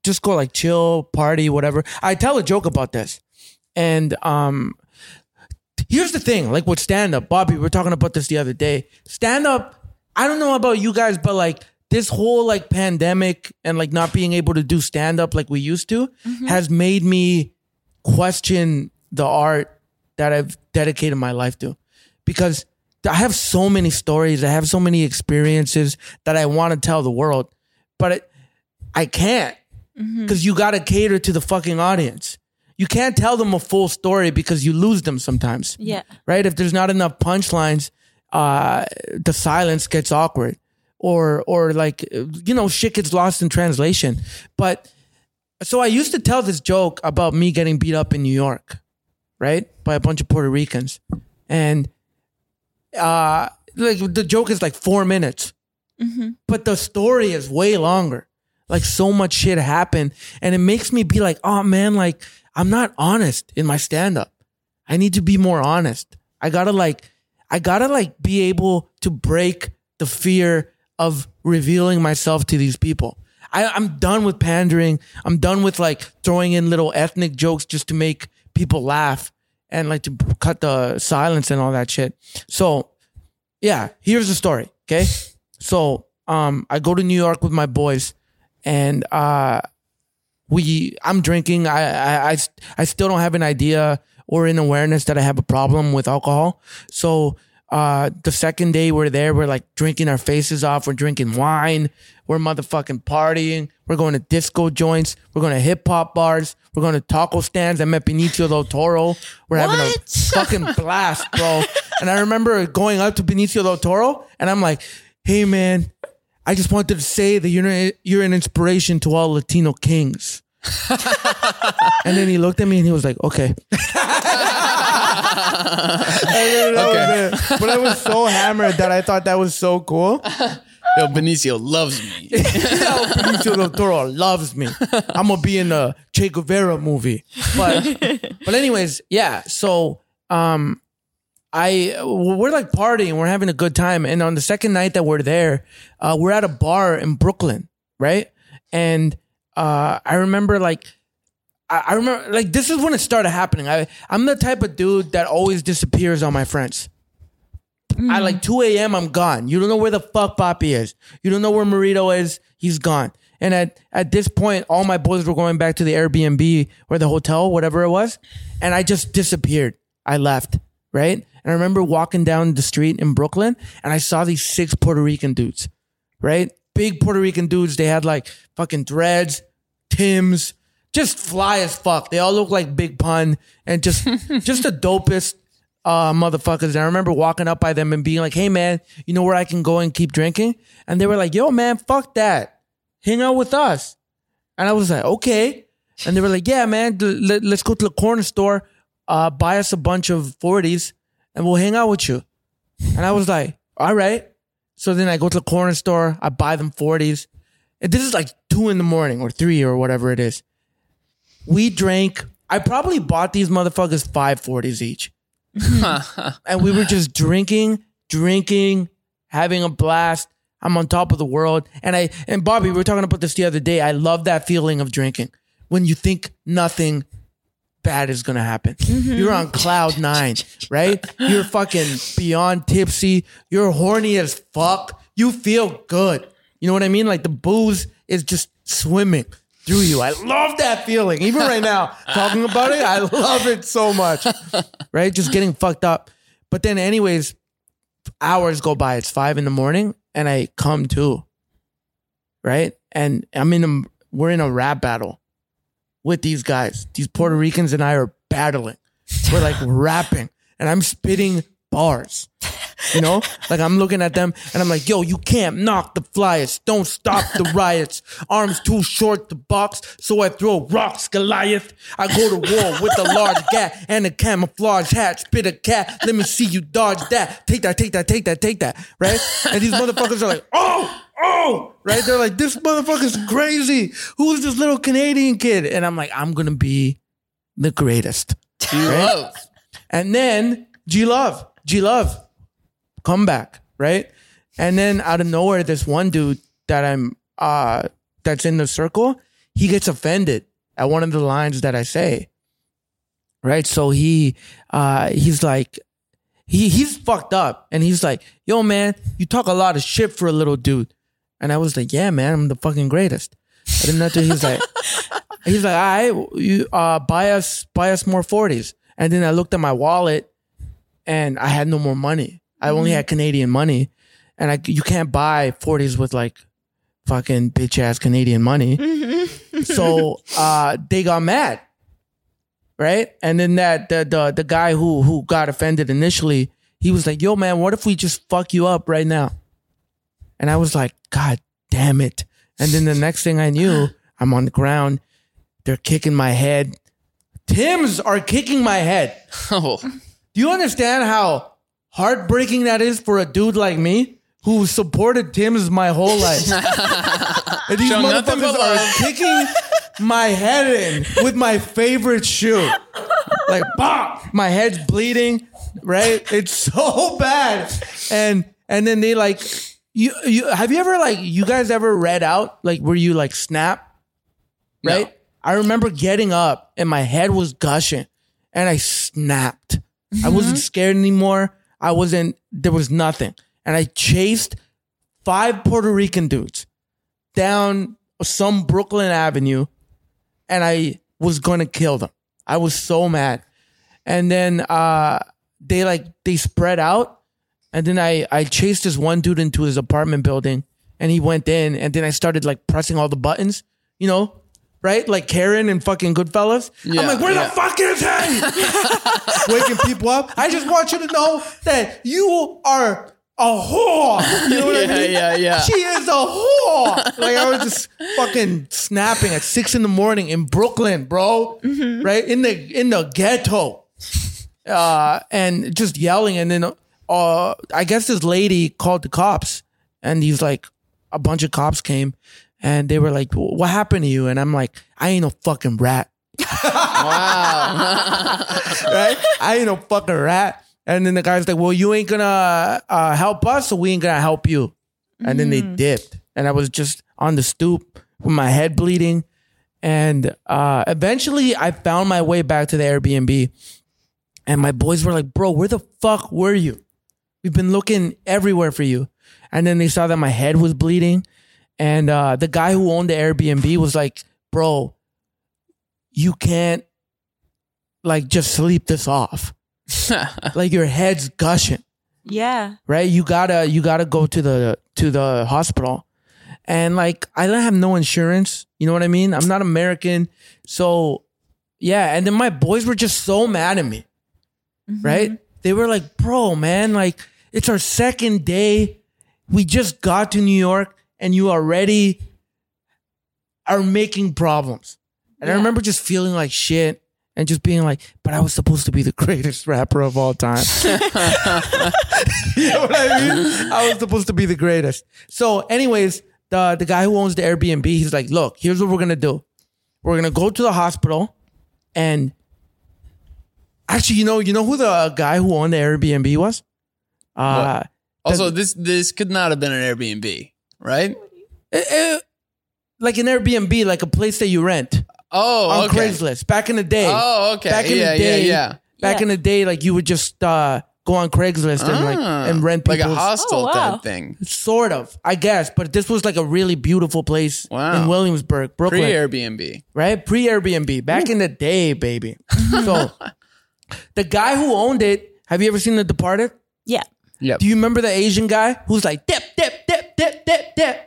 C: just go like chill, party, whatever. I tell a joke about this. And um here's the thing, like with stand up, Bobby, we were talking about this the other day. Stand up, I don't know about you guys, but like this whole like pandemic and like not being able to do stand up like we used to has made me question the art that I've dedicated my life to because I have so many stories, I have so many experiences that I want to tell the world, but it, I can't because you got to cater to the fucking audience. You can't tell them a full story because you lose them sometimes.
B: Yeah.
C: Right? If there's not enough punchlines, uh, the silence gets awkward or, or like, you know, shit gets lost in translation. But so I used to tell this joke about me getting beat up in New York, right? By a bunch of Puerto Ricans. And, uh, like the joke is like four minutes but the story is way longer. Like so much shit happened and it makes me be like, oh man, like I'm not honest in my stand up. I need to be more honest. I gotta like, I gotta like be able to break the fear of revealing myself to these people. I, I'm done with pandering. I'm done with like throwing in little ethnic jokes just to make people laugh and like to cut the silence and all that shit. So yeah, here's the story. Okay. So um I go to New York with my boys and uh we I'm drinking. I I I, st- I still don't have an idea or an awareness that I have a problem with alcohol. So uh the second day we're there, we're like drinking our faces off, we're drinking wine, we're motherfucking partying, we're going to disco joints, we're going to hip hop bars, we're going to taco stands. I met Benicio del Toro. We're having a
B: What?
C: fucking blast, bro. and I remember going up to Benicio del Toro and I'm like, hey man, I just wanted to say that you're an, you're an inspiration to all Latino kings. and then he looked at me and he was like, okay. And then that was it. But I was so hammered that I thought that was so cool.
A: Yo, Benicio loves me.
C: Yo, Benicio del Toro loves me. I'm gonna be in a Che Guevara movie. But but anyways, yeah. So um, I we're like partying, we're having a good time, and on the second night that we're there, uh, we're at a bar in Brooklyn, right? And uh, I remember like. I I remember, like, this is when it started happening. I, I'm the type of dude that always disappears on my friends. At like 2 a.m., I'm gone. You don't know where the fuck Poppy is. You don't know where Marito is. He's gone. And at, at this point, all my boys were going back to the Airbnb or the hotel, whatever it was. And I just disappeared. I left, right? And I remember walking down the street in Brooklyn and I saw these six Puerto Rican dudes, right? Big Puerto Rican dudes. They had like fucking dreads, Tim's, just fly as fuck. They all look like Big Pun and just, just the dopest uh, motherfuckers. And I remember walking up by them and being like, hey, man, you know where I can go and keep drinking? And they were like, yo, man, fuck that. Hang out with us. And I was like, okay. And they were like, yeah, man, d- let, let's go to the corner store, uh, buy us a bunch of 40s, and we'll hang out with you. And I was like, all right. So then I go to the corner store, I buy them 40s. And this is like two in the morning or three or whatever it is. We drank, I probably bought these motherfuckers five 40s each and we were just drinking, drinking, having a blast. I'm on top of the world. And I and Bobby, we were talking about this the other day. I love that feeling of drinking when you think nothing bad is gonna happen. You're on cloud nine, right? You're fucking beyond tipsy. You're horny as fuck. You feel good. You know what I mean? Like the booze is just swimming through you. I love that feeling. Even right now, talking about it, I love it so much right? Just getting fucked up. But then, anyways, hours go by. It's five in the morning, and I come to, right? And I'm in a we're in a rap battle with these guys. These Puerto Ricans and I are battling. We're like rapping, and I'm spitting bars. You know, like I'm looking at them and I'm like, yo, you can't knock the flyers. Don't stop the riots. Arms too short to box, so I throw rocks, Goliath. I go to war with a large gat and a camouflage hat. Spit a cat, let me see you dodge that. Take that, take that, take that, take that, right? And these motherfuckers are like, oh, oh, right? They're like, this motherfucker's crazy. Who's this little Canadian kid? And I'm like, I'm gonna be the greatest.
A: You love.
C: And then G Love, G Love, comeback, right? And then out of nowhere, this one dude that I'm uh that's in the circle, he gets offended at one of the lines that I say. Right? So he uh he's like he he's fucked up and he's like, yo man, you talk a lot of shit for a little dude. And I was like, Yeah, man, I'm the fucking greatest. I didn't know to he's like he's like, all right, you uh buy us buy us more forties. And then I looked at my wallet and I had no more money. I only had Canadian money, and I you can't buy forties with like fucking bitch ass Canadian money. so uh, they got mad, right? And then that the, the the guy who who got offended initially, he was like, "Yo, man, what if we just fuck you up right now?" And I was like, "God damn it!" And then the next thing I knew, I'm on the ground. They're kicking my head. Tims are kicking my head.
A: Oh,
C: Do you understand how heartbreaking that is for a dude like me who supported Tim's my whole life? and these
A: Show nothing
C: motherfuckers
A: but
C: are
A: love.
C: kicking my head in with my favorite shoe. Like, bop! My head's bleeding, right? It's so bad. And and then they like, you, you have you ever like, you guys ever read out? Like, where you like snap? Right?
A: No.
C: I remember getting up and my head was gushing and I snapped. I wasn't scared anymore. I wasn't, there was nothing. And I chased five Puerto Rican dudes down some Brooklyn Avenue and I was going to kill them. I was so mad. And then uh, they like, they spread out. And then I, I chased this one dude into his apartment building and he went in. And then I started like pressing all the buttons, you know, right? Like Karen and fucking Goodfellas. I'm
A: Yeah,
C: like, where
A: yeah.
C: the fuck is he? waking people up. I just want you to know that you are a whore. You know what I
A: Yeah,
C: mean?
A: yeah, yeah.
C: She is a whore. Like I was just fucking snapping at six in the morning in Brooklyn, bro.
A: Mm-hmm.
C: Right in the in the ghetto, uh, and just yelling. And then uh, I guess this lady called the cops, and he's like, a bunch of cops came, and they were like, "What happened to you?" And I'm like, "I ain't no fucking rat."
A: oh,
C: right? I ain't no fucking rat. And then the guy's like, well, you ain't gonna uh, help us, so we ain't gonna help you. And then they dipped. And I was just on the stoop with my head bleeding. And uh, eventually I found my way back to the Airbnb. And my boys were like, bro, where the fuck were you? We've been looking everywhere for you. And then they saw that my head was bleeding. And uh, the guy who owned the Airbnb was like, bro, you can't like just sleep this off. like your head's gushing,
B: Yeah.
C: right? You gotta you gotta go to the to the hospital. And like I don't have no insurance. You know what I mean? I'm not American. So yeah. And then my boys were just so mad at me.
B: Mm-hmm.
C: Right? They were like, bro, man, like it's our second day. We just got to New York and you already are making problems. And I
B: Yeah.
C: remember just feeling like shit and just being like, but I was supposed to be the greatest rapper of all time. you know what I mean? I was supposed to be the greatest. So, anyways, the, the guy who owns the Airbnb, he's like, look, here's what we're gonna do. We're gonna go to the hospital and actually, you know, you know who the guy who owned the Airbnb was? Uh
A: Also, this this could not have been an Airbnb, right?
C: it- it- eh, like an Airbnb, like a place that you rent
A: Oh,
C: on
A: okay.
C: Craigslist back in the day.
A: Oh, okay.
C: Back in
A: yeah,
C: the day,
A: yeah, yeah.
C: Back
B: Yeah.
C: in the day, like you would just uh, go on Craigslist and like
A: Ah,
C: and rent
A: like a
C: people's
A: hostel
B: Oh, wow.
A: type thing.
C: sort of, I guess. But this was like a really beautiful place
A: Wow.
C: in Williamsburg,
A: Pre
C: Brooklyn,
A: Airbnb.
C: right? Pre Airbnb, back in the day, baby. so the guy who owned it, have you ever seen The Departed?
B: Yeah.
A: Yep.
C: Do you remember the Asian guy who's like dip, dip, dip, dip, dip, dip?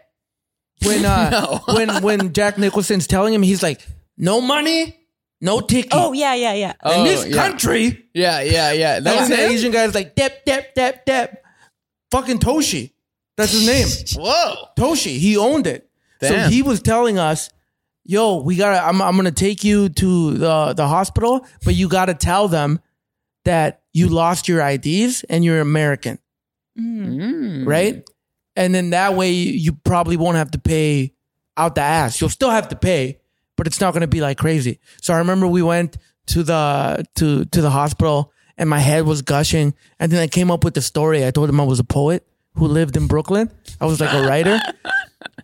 C: When uh,
A: No.
C: when when Jack Nicholson's telling him, he's like, "No money, no ticket."
B: Oh, yeah, yeah, yeah.
A: Oh,
C: in this
A: yeah.
C: country,
A: yeah, yeah, yeah. That was
C: and the
A: it.
C: Asian guy's like dip, dip, dip, dip. Fucking Toshi, that's his name.
A: Whoa.
C: Toshi, he owned it.
A: Damn.
C: So he was telling us, "Yo, we gotta. I'm, I'm gonna take you to the the hospital, but you gotta tell them that you lost your IDs and you're American,
B: Mm-hmm.
A: Mm.
C: right? And then that way you, you probably won't have to pay out the ass. You'll still have to pay, but it's not gonna be like crazy. So I remember we went to the to to the hospital, and my head was gushing, and then I came up with the story. I told him I was a poet who lived in Brooklyn. I was like a writer.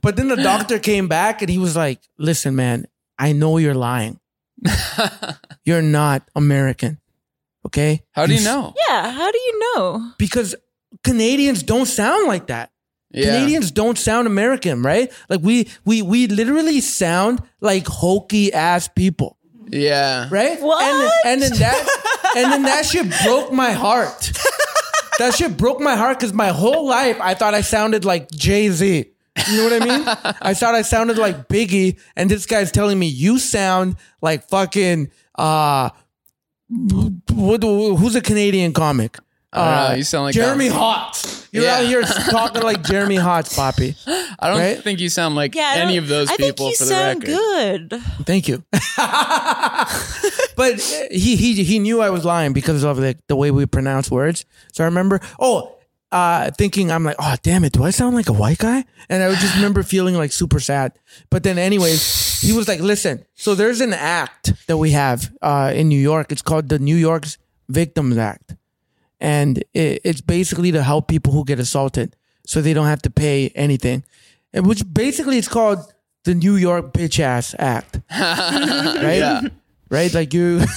C: But then the doctor came back and he was like, "Listen, man, I know you're lying. you're not American, okay?
A: How do you know?
B: Yeah. How do you know?
C: Because Canadians don't sound like that.
A: Yeah.
C: Canadians don't sound American, right? Like we we we literally sound like hokey ass people,
A: Yeah.
C: right?
B: What?
C: And, and then that and then that shit broke my heart. that shit broke my heart because my whole life I thought I sounded like Jay Z. You know what I mean? I thought I sounded like Biggie, and this guy's telling me you sound like fucking uh, what, do- who's a Canadian comic?
A: I
C: Uh,
A: don't know. You sound like
C: Jeremy Hotz. You're
A: Yeah.
C: out here talking like Jeremy Hotz, Poppy.
A: I don't
C: right?
A: think you sound like
B: Yeah. I
A: any
B: don't-
A: of those
B: I
A: people
B: think
A: for
B: you
A: the
B: sound
A: record.
B: good.
C: Thank you. but he he he knew I was lying because of the, the way we pronounce words. So I remember, oh, uh, thinking I'm like, oh damn it, do I sound like a white guy? And I would just remember feeling like super sad. But then, anyways, he was like, listen. So there's an act that we have uh, in New York. It's called the New York's Victims Act, and it, it's basically to help people who get assaulted, so they don't have to pay anything. And which basically it's called the New York Bitch Ass Act right? Right? Like you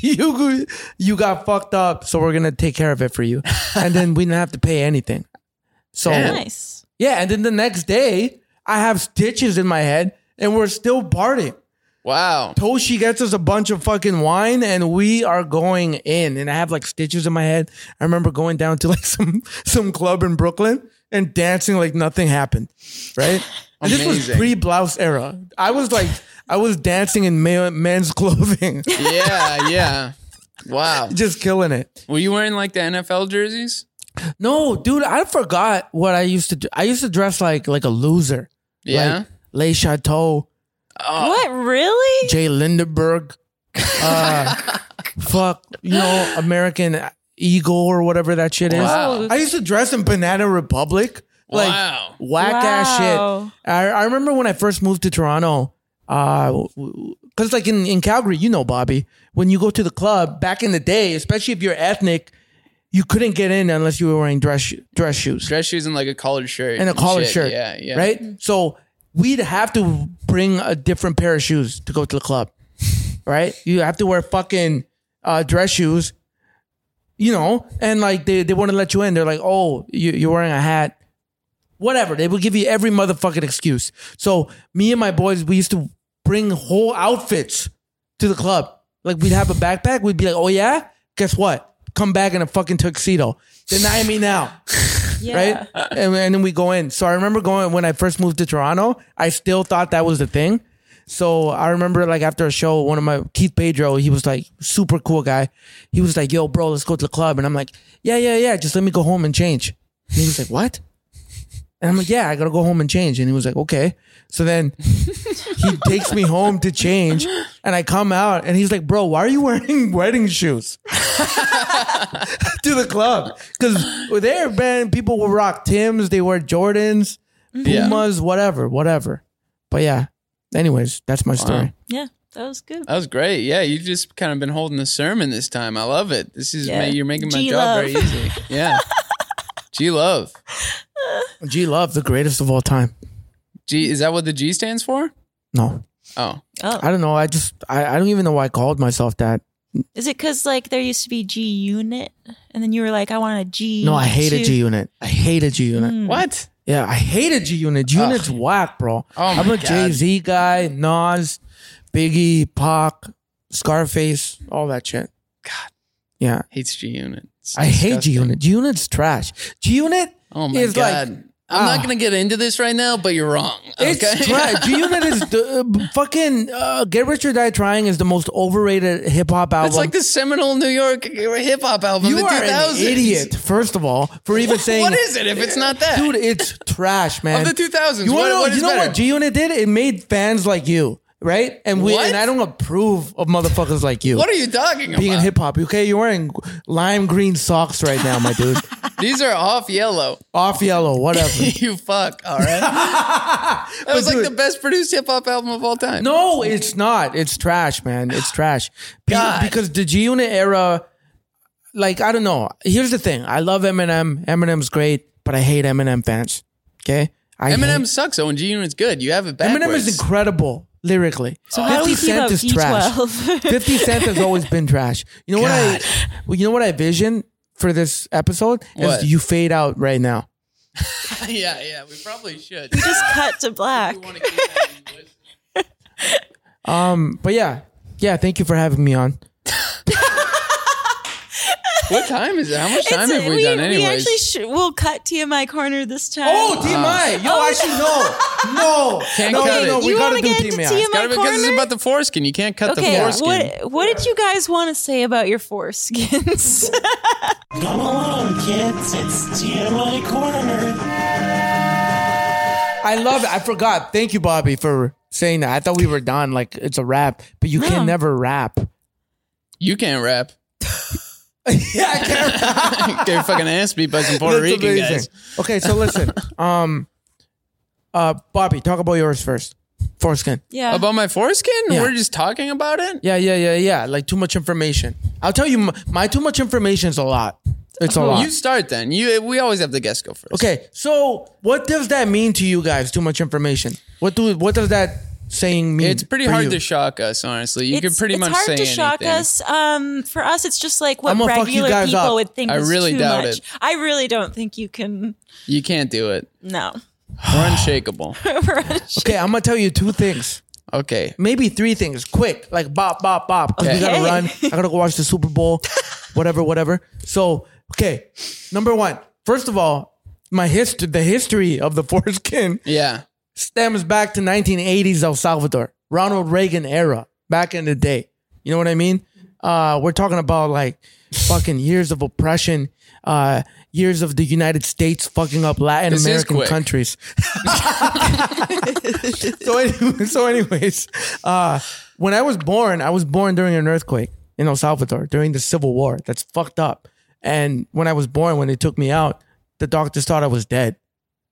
C: you you got fucked up, so we're gonna take care of it for you. And then we didn't have to pay anything. So
A: Oh.
B: Nice.
C: yeah, and then the next day I have stitches in my head and we're still partying.
A: Wow.
C: Toshi gets us a bunch of fucking wine and we are going in. And I have like stitches in my head. I remember going down to like some some club in Brooklyn and dancing like nothing happened. Right? And this was
A: Amazing.
C: pre blouse era. I was like I was dancing in ma- men's clothing,
A: Yeah, yeah. Wow.
C: just killing it.
A: Were you wearing like the NFL jerseys?
C: No, dude, I forgot what I used to do. I used to dress like like a loser.
A: Yeah. Oh,
C: Like Le Chateau,
B: what
A: Uh,
B: really?
C: Jay Lindenberg, uh, fuck, you know, American Eagle or whatever that shit is.
A: Wow.
C: I used to dress in Banana Republic. Like
A: wow.
C: whack
B: Wow.
C: ass shit. I, I remember when I first moved to Toronto, uh, w- w- cause like in, in Calgary, you know, Bobby, when you go to the club back in the day, especially if you're ethnic, you couldn't get in unless you were wearing dress sho- dress shoes
A: Dress shoes and like a collared shirt.
C: and a collared
A: shit.
C: shirt.
A: Yeah. Yeah.
C: Right. So we'd have to bring a different pair of shoes to go to the club. right. You have to wear fucking uh, dress shoes. You know, and like they, they wouldn't let you in. They're like, oh, you, you're wearing a hat. Whatever. They would give you every motherfucking excuse. So me and my boys, we used to bring whole outfits to the club. Like we'd have a backpack. We'd be like, oh yeah, guess what? Come back in a fucking tuxedo. Deny me now
B: Yeah.
C: right? And, and then we go in. So I remember going when I first moved to Toronto. I still thought that was the thing. So I remember like after a show, one of my Keith Pedro, he was like super cool guy. He was like, "Yo, bro, let's go to the club," and I'm like, "Yeah, yeah, yeah. Just let me go home and change." And he was like, "What?" And I'm like, "Yeah, I gotta go home and change." And he was like, "Okay." So then he takes me home to change, and I come out, and he's like, "Bro, why are you wearing wedding shoes?" to the club because there, man, people will rock Tims, they wear Jordans,
A: Yeah.
C: Pumas, whatever, whatever. But yeah, anyways, that's my story.
B: Yeah. That was good.
A: That was great. Yeah, you just kind of been holding the sermon this time. I love it. This is
B: Yeah.
A: ma- you're making my
B: G-Love.
A: job very easy. Yeah. G love.
C: G Love, the greatest of all time.
A: G is that what the G stands for?
C: No,
A: Oh,
C: I don't know. I just, I, I don't even know why I called myself that.
B: Is it because like there used to be G Unit, and then you were like, I want a G.
C: No, I hated G Unit. I hated G Unit.
A: what?
C: Yeah, I hated G Unit. G Unit's whack, bro.
A: Oh
C: I'm
A: my
C: a Jay Z guy, Nas, Biggie, Pac, Scarface, all that shit. God. Yeah.
A: Hates G unit.
C: I hate G Unit. G Unit's trash. G Unit
A: Oh my
C: is
A: god.
C: like
A: I'm
C: ah.
A: not gonna get into this right now, but you're wrong.
C: it's trash. G Unit is the, uh, fucking uh, Get Rich or Die Trying is the most overrated hip hop album.
A: It's like the seminal New York hip hop album.
C: you
A: of the
C: are an
A: 2000s.
C: idiot, first of all, for even saying
A: What is it if it's not that?
C: dude? It's trash, man.
A: Of the 2000s,
C: You wanna
A: what-
C: know
A: what is
C: you know
A: better?
C: what G Unit did? It made fans like you, right? And we
A: What?
C: and I don't approve of motherfuckers like you.
A: what are you talking
C: being in
A: about?
C: hip hop, okay? You're wearing lime green socks right now, my dude.
A: These are off yellow.
C: Off yellow, whatever.
A: you fuck. All right. that was like
C: dude-
A: the best produced hip hop album of all time.
C: No, it's not. It's trash, man. It's trash. Be-
A: God.
C: Because the G Unit era, like, I don't know. Here's the thing I love Eminem. Eminem's great, but I hate Eminem fans. Okay? I hate-
A: Eminem sucks though, and G Unit's good. You have it backwards.
C: Eminem is incredible lyrically. So
B: how do we E feel about D12?
C: 50 Cent has always been trash. You know what I well, you know what I vision for this episode? is
A: What?
C: you fade out right now.
A: yeah, yeah. We probably should.
B: Just cut to black.
A: We wanna keep that in English.
C: Um, But yeah. Yeah, thank you for having me on.
A: what time is it? How much time
B: It's-
A: have we, done?
B: we
A: Anyways,
B: actually should, we'll cut TMI corner this time.
C: Oh, TMI. Yo, I should know. No.
A: Can't
C: no,
A: cut
C: no, no,
A: it.
C: We
B: You
C: gotta
B: wanna
C: do
B: get into
C: TMI.
B: TMI?
A: gotta be because it's
B: corner?
A: about the foreskin. You can't cut the
B: Okay,
A: foreskin.
B: what what did you guys want to say about your foreskins?
D: Come along, kids. It's TMI Corner.
C: I love it. I forgot. Thank you, Bobby, for saying that. I thought we were done. Like it's a rap, but you
B: No.
C: can never rap.
A: You can't rap.
C: yeah, I can't. Rap.
A: Get your fucking ass beat by some Puerto
C: That's
A: Rican
C: amazing.
A: guys.
C: Okay, so listen, um, uh, Bobby, talk about yours first. Foreskin.
B: yeah.
A: About my foreskin?
C: Yeah.
A: We're just talking about it.
C: Yeah, yeah, yeah, yeah. Like too much information. I'll tell you, my, my too much information is a lot. It's a
B: Oh,
C: lot.
A: You start then. You we always have the guest go first.
C: Okay, so what does that mean to you guys? Too much information. What do? What does that saying mean?
A: It's pretty
C: for
A: hard
C: you?
A: to shock us, honestly. You
B: it's,
A: could pretty
B: it's
A: much
B: hard
A: say
B: to shock
A: anything.
B: us. Um, for us, it's just like what
C: I'm gonna fuck you
B: regular
C: guys
B: people
C: up.
B: would think.
A: I
B: is
A: really
B: too
A: doubt
B: much.
A: it.
B: I really don't think you can.
A: You can't do it.
B: No,
A: We're unshakable.
C: Okay, I'm gonna tell you two things.
A: Okay.
C: maybe three things quick, like bop, bop, bop. Because we
A: Okay.
C: gotta run. I gotta go watch the Super Bowl, whatever, whatever. So, okay, number one, first of all, my history, the history of the foreskin
A: Yeah.
C: stems back to 1980s El Salvador, Ronald Reagan era, back in the day. You know what I mean? Uh, we're talking about like fucking years of oppression, uh, years of the United States fucking up Latin
A: This is
C: American
A: quick.
C: countries. so, anyway, so anyways, uh, when I was born, I was born during an earthquake in El Salvador during the Civil War. That's fucked up. And when I was born, when they took me out, the doctors thought I was dead.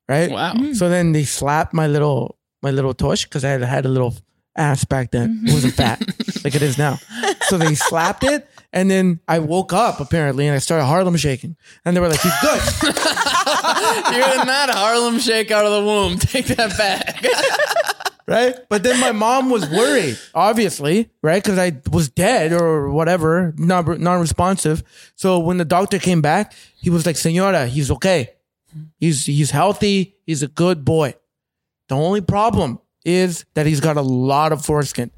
C: Right.
A: Wow.
C: So then they slapped my little my little tush because I had had a little ass back then. It wasn't fat like it is now. So they slapped it, and then I woke up apparently, and I started Harlem shaking, and they were like, "You good?"
A: You're not Harlem Shake out of the womb. Take that back.
C: right? But then my mom was worried, obviously, right? Because I was dead or whatever, non non-responsive. So when the doctor came back, he was like, "Senora, he's okay. He's he's healthy. He's a good boy. The only problem is that he's got a lot of foreskin."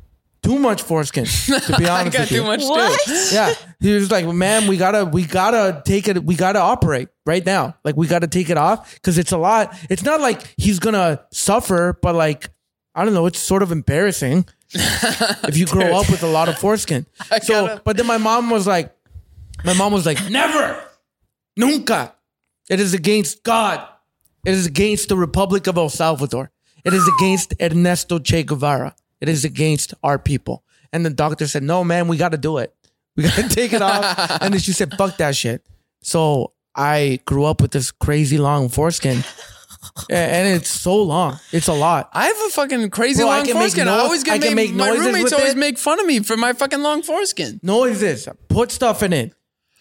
C: Too much foreskin, to be honest
A: I got
C: with you.
A: too much
B: What?
A: too.
C: yeah. He was like, man, we gotta, we gotta take it, we gotta operate right now. Like, we gotta take it off because it's a lot. It's not like he's gonna suffer, but like, I don't know, it's sort of embarrassing if you grow up with a lot of foreskin. so,
A: gotta-
C: but then my mom was like, my mom was like, never, nunca. It is against God. It is against the Republic of El Salvador. It is against Ernesto Che Guevara. It is against our people. And the doctor said, no, man, we got to do it. We got to take it off. and then she said, fuck that shit. So I grew up with this crazy long foreskin. A- And it's so long. It's a lot.
A: I have a fucking crazy
C: Bro, I
A: long
C: can make
A: foreskin. I
C: no-
A: always get
C: I can
A: made,
C: make
A: my
C: noises
A: roommates
C: with
A: always
C: it.
A: make fun of me for my fucking long foreskin.
C: Noises. Put stuff in it.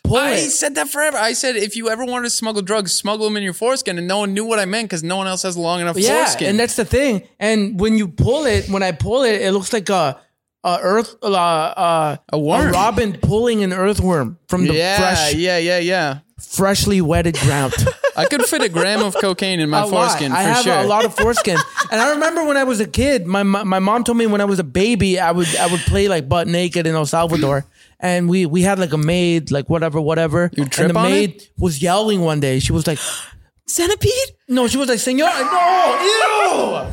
C: Pull
A: I
C: it.
A: said that forever. I said if you ever wanted to smuggle drugs, smuggle them in your foreskin, and no one knew what I meant because no one else has long enough
C: Yeah,
A: foreskin.
C: and that's the thing. And when you pull it, when I pull it, it looks like a, a earth, uh, uh,
A: A worm.
C: robin pulling an earthworm from the
A: yeah,
C: fresh,
A: yeah, yeah, yeah.
C: freshly wetted ground.
A: I could fit a gram of cocaine in my
C: A lot.
A: foreskin
C: I
A: for
C: have
A: sure.
C: a lot of foreskin, and I remember when I was a kid, my, my my mom told me when I was a baby, I would I would play like butt naked in El Salvador, and we we had like a maid, like whatever, whatever. You
A: trip
C: and the
A: on
C: maid was yelling one day. She was like,
B: Centipede?
C: No, she was like, Senor, no, ew.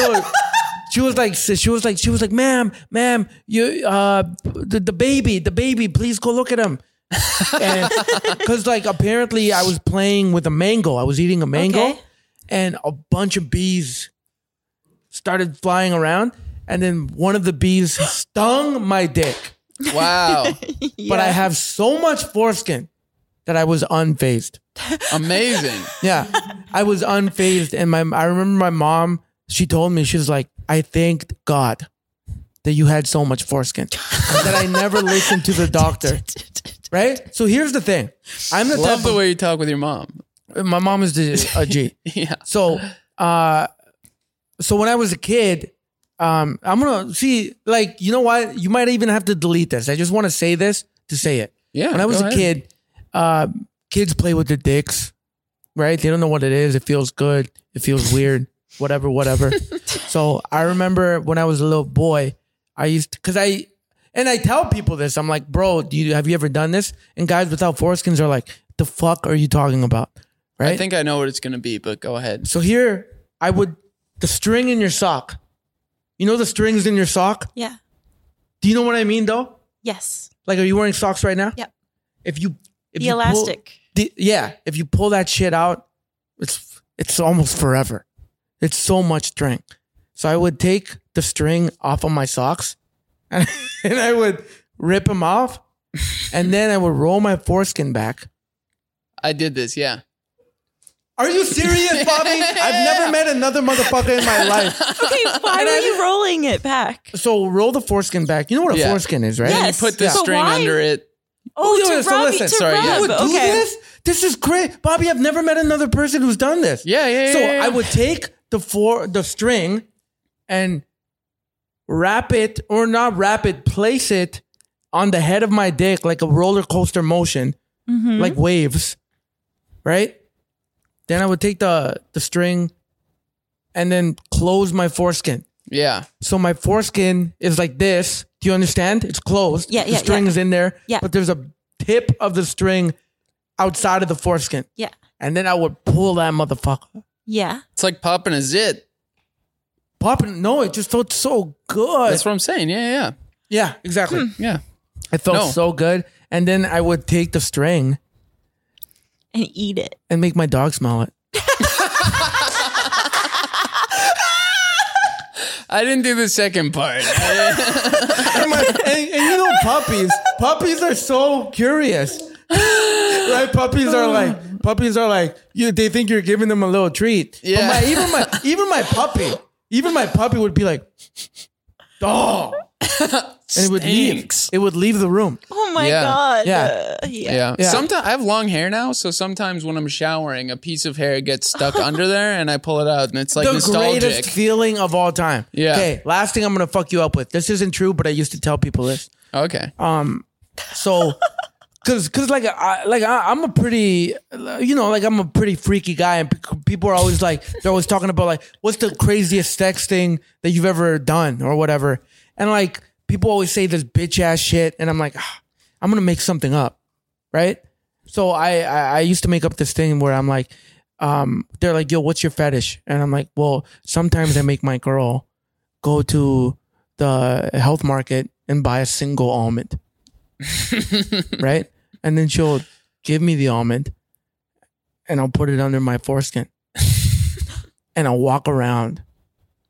C: No. She was like, she was like, she was like, ma'am, ma'am, you, uh, the, the baby, the baby, please go look at him. Because like apparently I was playing with a mango. I was eating a mango,
B: Okay.
C: and a bunch of bees started flying around, and then one of the bees stung my dick.
A: wow,
C: But I have so much foreskin that I was unfazed.
A: amazing.
C: Yeah. I was unfazed. And my I remember my mom, she told me, she was like, I thanked God that you had so much foreskin. and that I never listened to the doctor. Right? So here's the thing. I'm the
A: Love
C: type
A: the way you talk with your mom.
C: of, my mom is the, a G.
A: Yeah,
C: So uh so when I was a kid, um I'm gonna see like you know what? You might even have to delete this. I just wanna say this to say it
A: yeah.
C: when I was
A: go
C: a
A: ahead.
C: kid, uh, kids play with their dicks, right? They don't know what it is. It feels good. It feels weird. Whatever, whatever. so I remember when I was a little boy, I used because I and I tell people this. I'm like, bro, do you have you ever done this? And guys without foreskins are like, the fuck are you talking about? Right?
A: I think I know what it's gonna be, but go ahead.
C: so here I would the string in your sock. You know the strings in your sock?
B: Yeah.
C: Do you know what I mean though?
B: Yes.
C: Like are you wearing socks right now?
B: Yep.
C: If you if
B: The
C: you pull-
B: elastic.
C: the, yeah, if you pull that shit out, it's it's almost forever. It's so much string. So I would take the string off of my socks, and, and I would rip them off, and then I would roll my foreskin back.
A: I did this. Yeah.
C: Are you serious, Bobby? I've never met another motherfucker in my life.
B: Okay, why were you rolling it back?
C: So roll the foreskin back. You know what a
A: Yeah.
C: foreskin is, right?
B: Yeah.
A: You
B: Yes,
A: put the
B: but
A: string
B: why-
A: under it.
B: Oh,
C: yeah,
B: to
C: so
B: rub,
C: listen,
B: to
A: sorry, yeah.
B: rub.
A: You
C: would do
B: okay.
C: this? This is great, Bobby. I've never met another person who's done this.
A: Yeah, yeah, yeah,
C: So
A: yeah, yeah.
C: I would take the four the string and wrap it or not wrap it, place it on the head of my dick like a roller coaster motion,
B: Mm-hmm.
C: like waves, right? Then I would take the the string and then close my foreskin.
A: Yeah.
C: So my foreskin is like this. Do you understand? It's closed.
B: Yeah,
C: the
B: yeah,
C: string
B: yeah.
C: is in there.
B: Yeah.
C: But there's a tip of the string outside of the foreskin.
B: Yeah.
C: And then I would pull that motherfucker.
B: Yeah.
A: It's like popping a zit.
C: Popping. No, it just felt so good.
A: That's what I'm saying. Yeah, yeah, Hmm.
C: yeah, exactly.
A: yeah.
C: It felt
A: No.
C: so good. And then I would take the string
B: and eat it.
C: and make my dog smell it.
A: I didn't do the second part.
C: and, my- and- and you know puppies puppies are so curious right puppies are like puppies are like you they think you're giving them a little treat
A: Yeah.
C: but my, even my even my puppy even my puppy would be like dog and it would
A: Stinks.
C: leave it would leave the room
B: Oh my
A: Yeah.
B: god.
C: Yeah.
B: Uh, yeah.
A: Yeah.
C: Yeah.
A: Sometimes I have long hair now, so sometimes when I'm showering, a piece of hair gets stuck under there, and I pull it out, and it's like
C: the
A: nostalgic.
C: greatest feeling of all time
A: Yeah.
C: okay last thing i'm gonna fuck you up with this isn't true but i used to tell people this
A: okay.
C: Uh, So, cause, cause like, I, like I, I'm a pretty, you know, like I'm a pretty freaky guy, and pe- people are always like, they're always talking about like, what's the craziest sex thing that you've ever done or whatever, and like people always say this bitch ass shit, and I'm like, "Ah, I'm gonna make something up, right? So I, I, I used to make up this thing where I'm like, um, they're like, yo, what's your fetish? And I'm like, well, sometimes I make my girl go to the health market and buy a single almond right? And then she'll give me the almond and I'll put it under my foreskin. and I'll walk around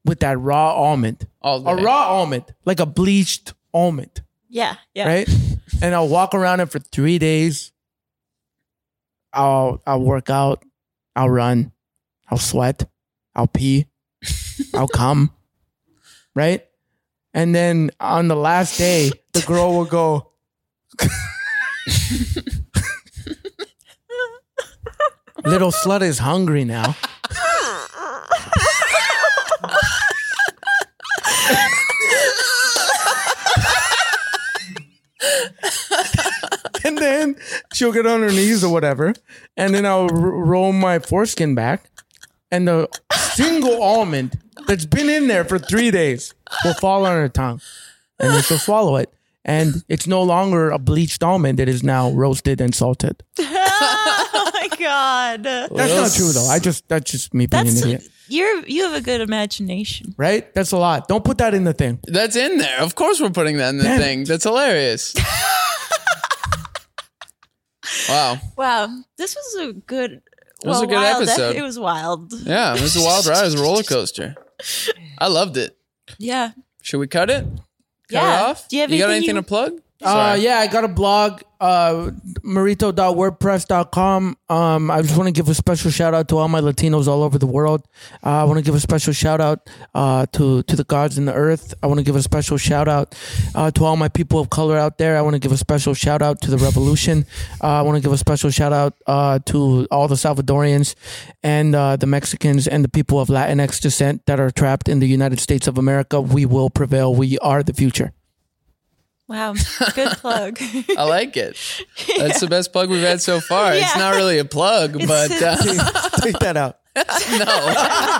C: with that raw almond.
A: All
C: A
A: day.
C: raw almond, like a bleached almond,
B: Yeah. Yeah.
C: right? and I'll walk around it for 3 days. I'll I'll work out, I'll run, I'll sweat, I'll pee, I'll come. Right? And then on the last day, the girl will go, Little slut is hungry now. and then she'll get on her knees or whatever. And then I'll r- roll my foreskin back. And the single almond that's been in there for three days will fall on her tongue. And then she'll swallow it. And it's no longer a bleached almond. It is now roasted and salted.
B: Oh my god.
C: That's not true though. I just that's just me being
B: That's
C: an idiot.
B: you're you have a good imagination.
C: Right? That's a lot. Don't put that in the thing.
A: That's in there. Of course, we're putting that in the
C: Damn.
A: thing. That's hilarious. wow.
B: Wow. This was a good it
A: was a good episode.
B: It was wild.
A: Yeah, it was a wild ride. It was a roller coaster. I loved it.
B: Yeah.
A: Should we cut it? Cut
B: yeah.
A: it off?
B: Do you have
A: got
B: anything
A: anything
B: you-
A: to plug?
C: Uh, yeah, I got a blog, uh, marito.wordpress.com. Um, I just want to give a special shout out to all my Latinos all over the world. Uh, I want to give a special shout out uh, to, to the gods in the earth. I want to give a special shout out uh, to all my people of color out there. I want to give a special shout out to the revolution. Uh, I want to give a special shout out uh, to all the Salvadorians and uh, the Mexicans and the people of Latinx descent that are trapped in the United States of America. We will prevail. We are the future.
B: Wow. Good plug.
A: I like it. That's the best plug we've had so far. It's
B: Yeah.
A: not really a plug, but uh,
C: Take that out.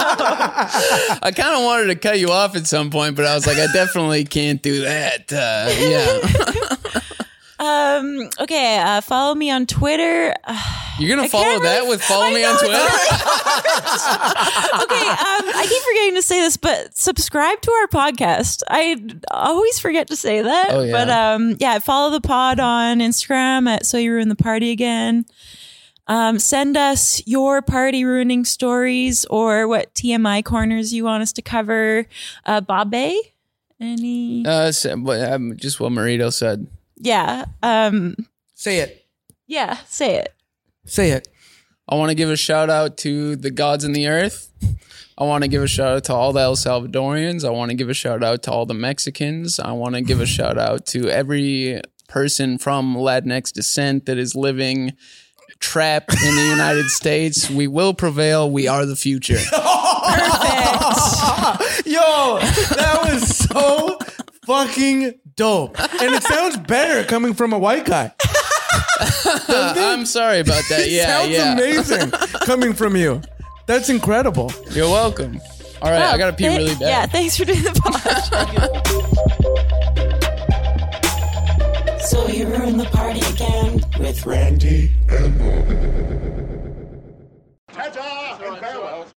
A: I kind of wanted to cut you off at some point, but I was like, I definitely can't do that. Uh, yeah.
B: um okay, uh, follow me on Twitter. um,
A: You're going to follow
B: can't
A: that
B: really-
A: with follow
B: I
A: me
B: know,
A: on
B: it's
A: Twitter?
B: okay, um, I keep forgetting to say this, but subscribe to our podcast. I always forget to say that.
A: Oh, yeah.
B: But um, yeah, follow the pod on Instagram at So You Ruin the Party Again. Um, send us your party ruining stories or what TMI corners you want us to cover. Uh, Babe, any?
A: Uh, so, but, um, just what Marito said.
B: yeah. Um,
C: Say it.
B: yeah, say it.
C: Say it.
A: I want to give a shout out to the gods in the earth. I want to give a shout out to all the El Salvadorians. I want to give a shout out to all the Mexicans. I want to give a shout out to every person from Latinx descent that is living trapped in the United States. We will prevail. We are the future.
C: Yo, that was so fucking dope. And it sounds better coming from a white guy.
A: I'm sorry about that.
C: It
A: Yeah,
C: sounds
A: yeah.
C: amazing coming from you. That's incredible.
A: You're welcome. All right, I
B: Wow,
A: gotta pee
B: thank-
A: really bad.
B: Yeah, thanks for doing the pod.
D: With Randy.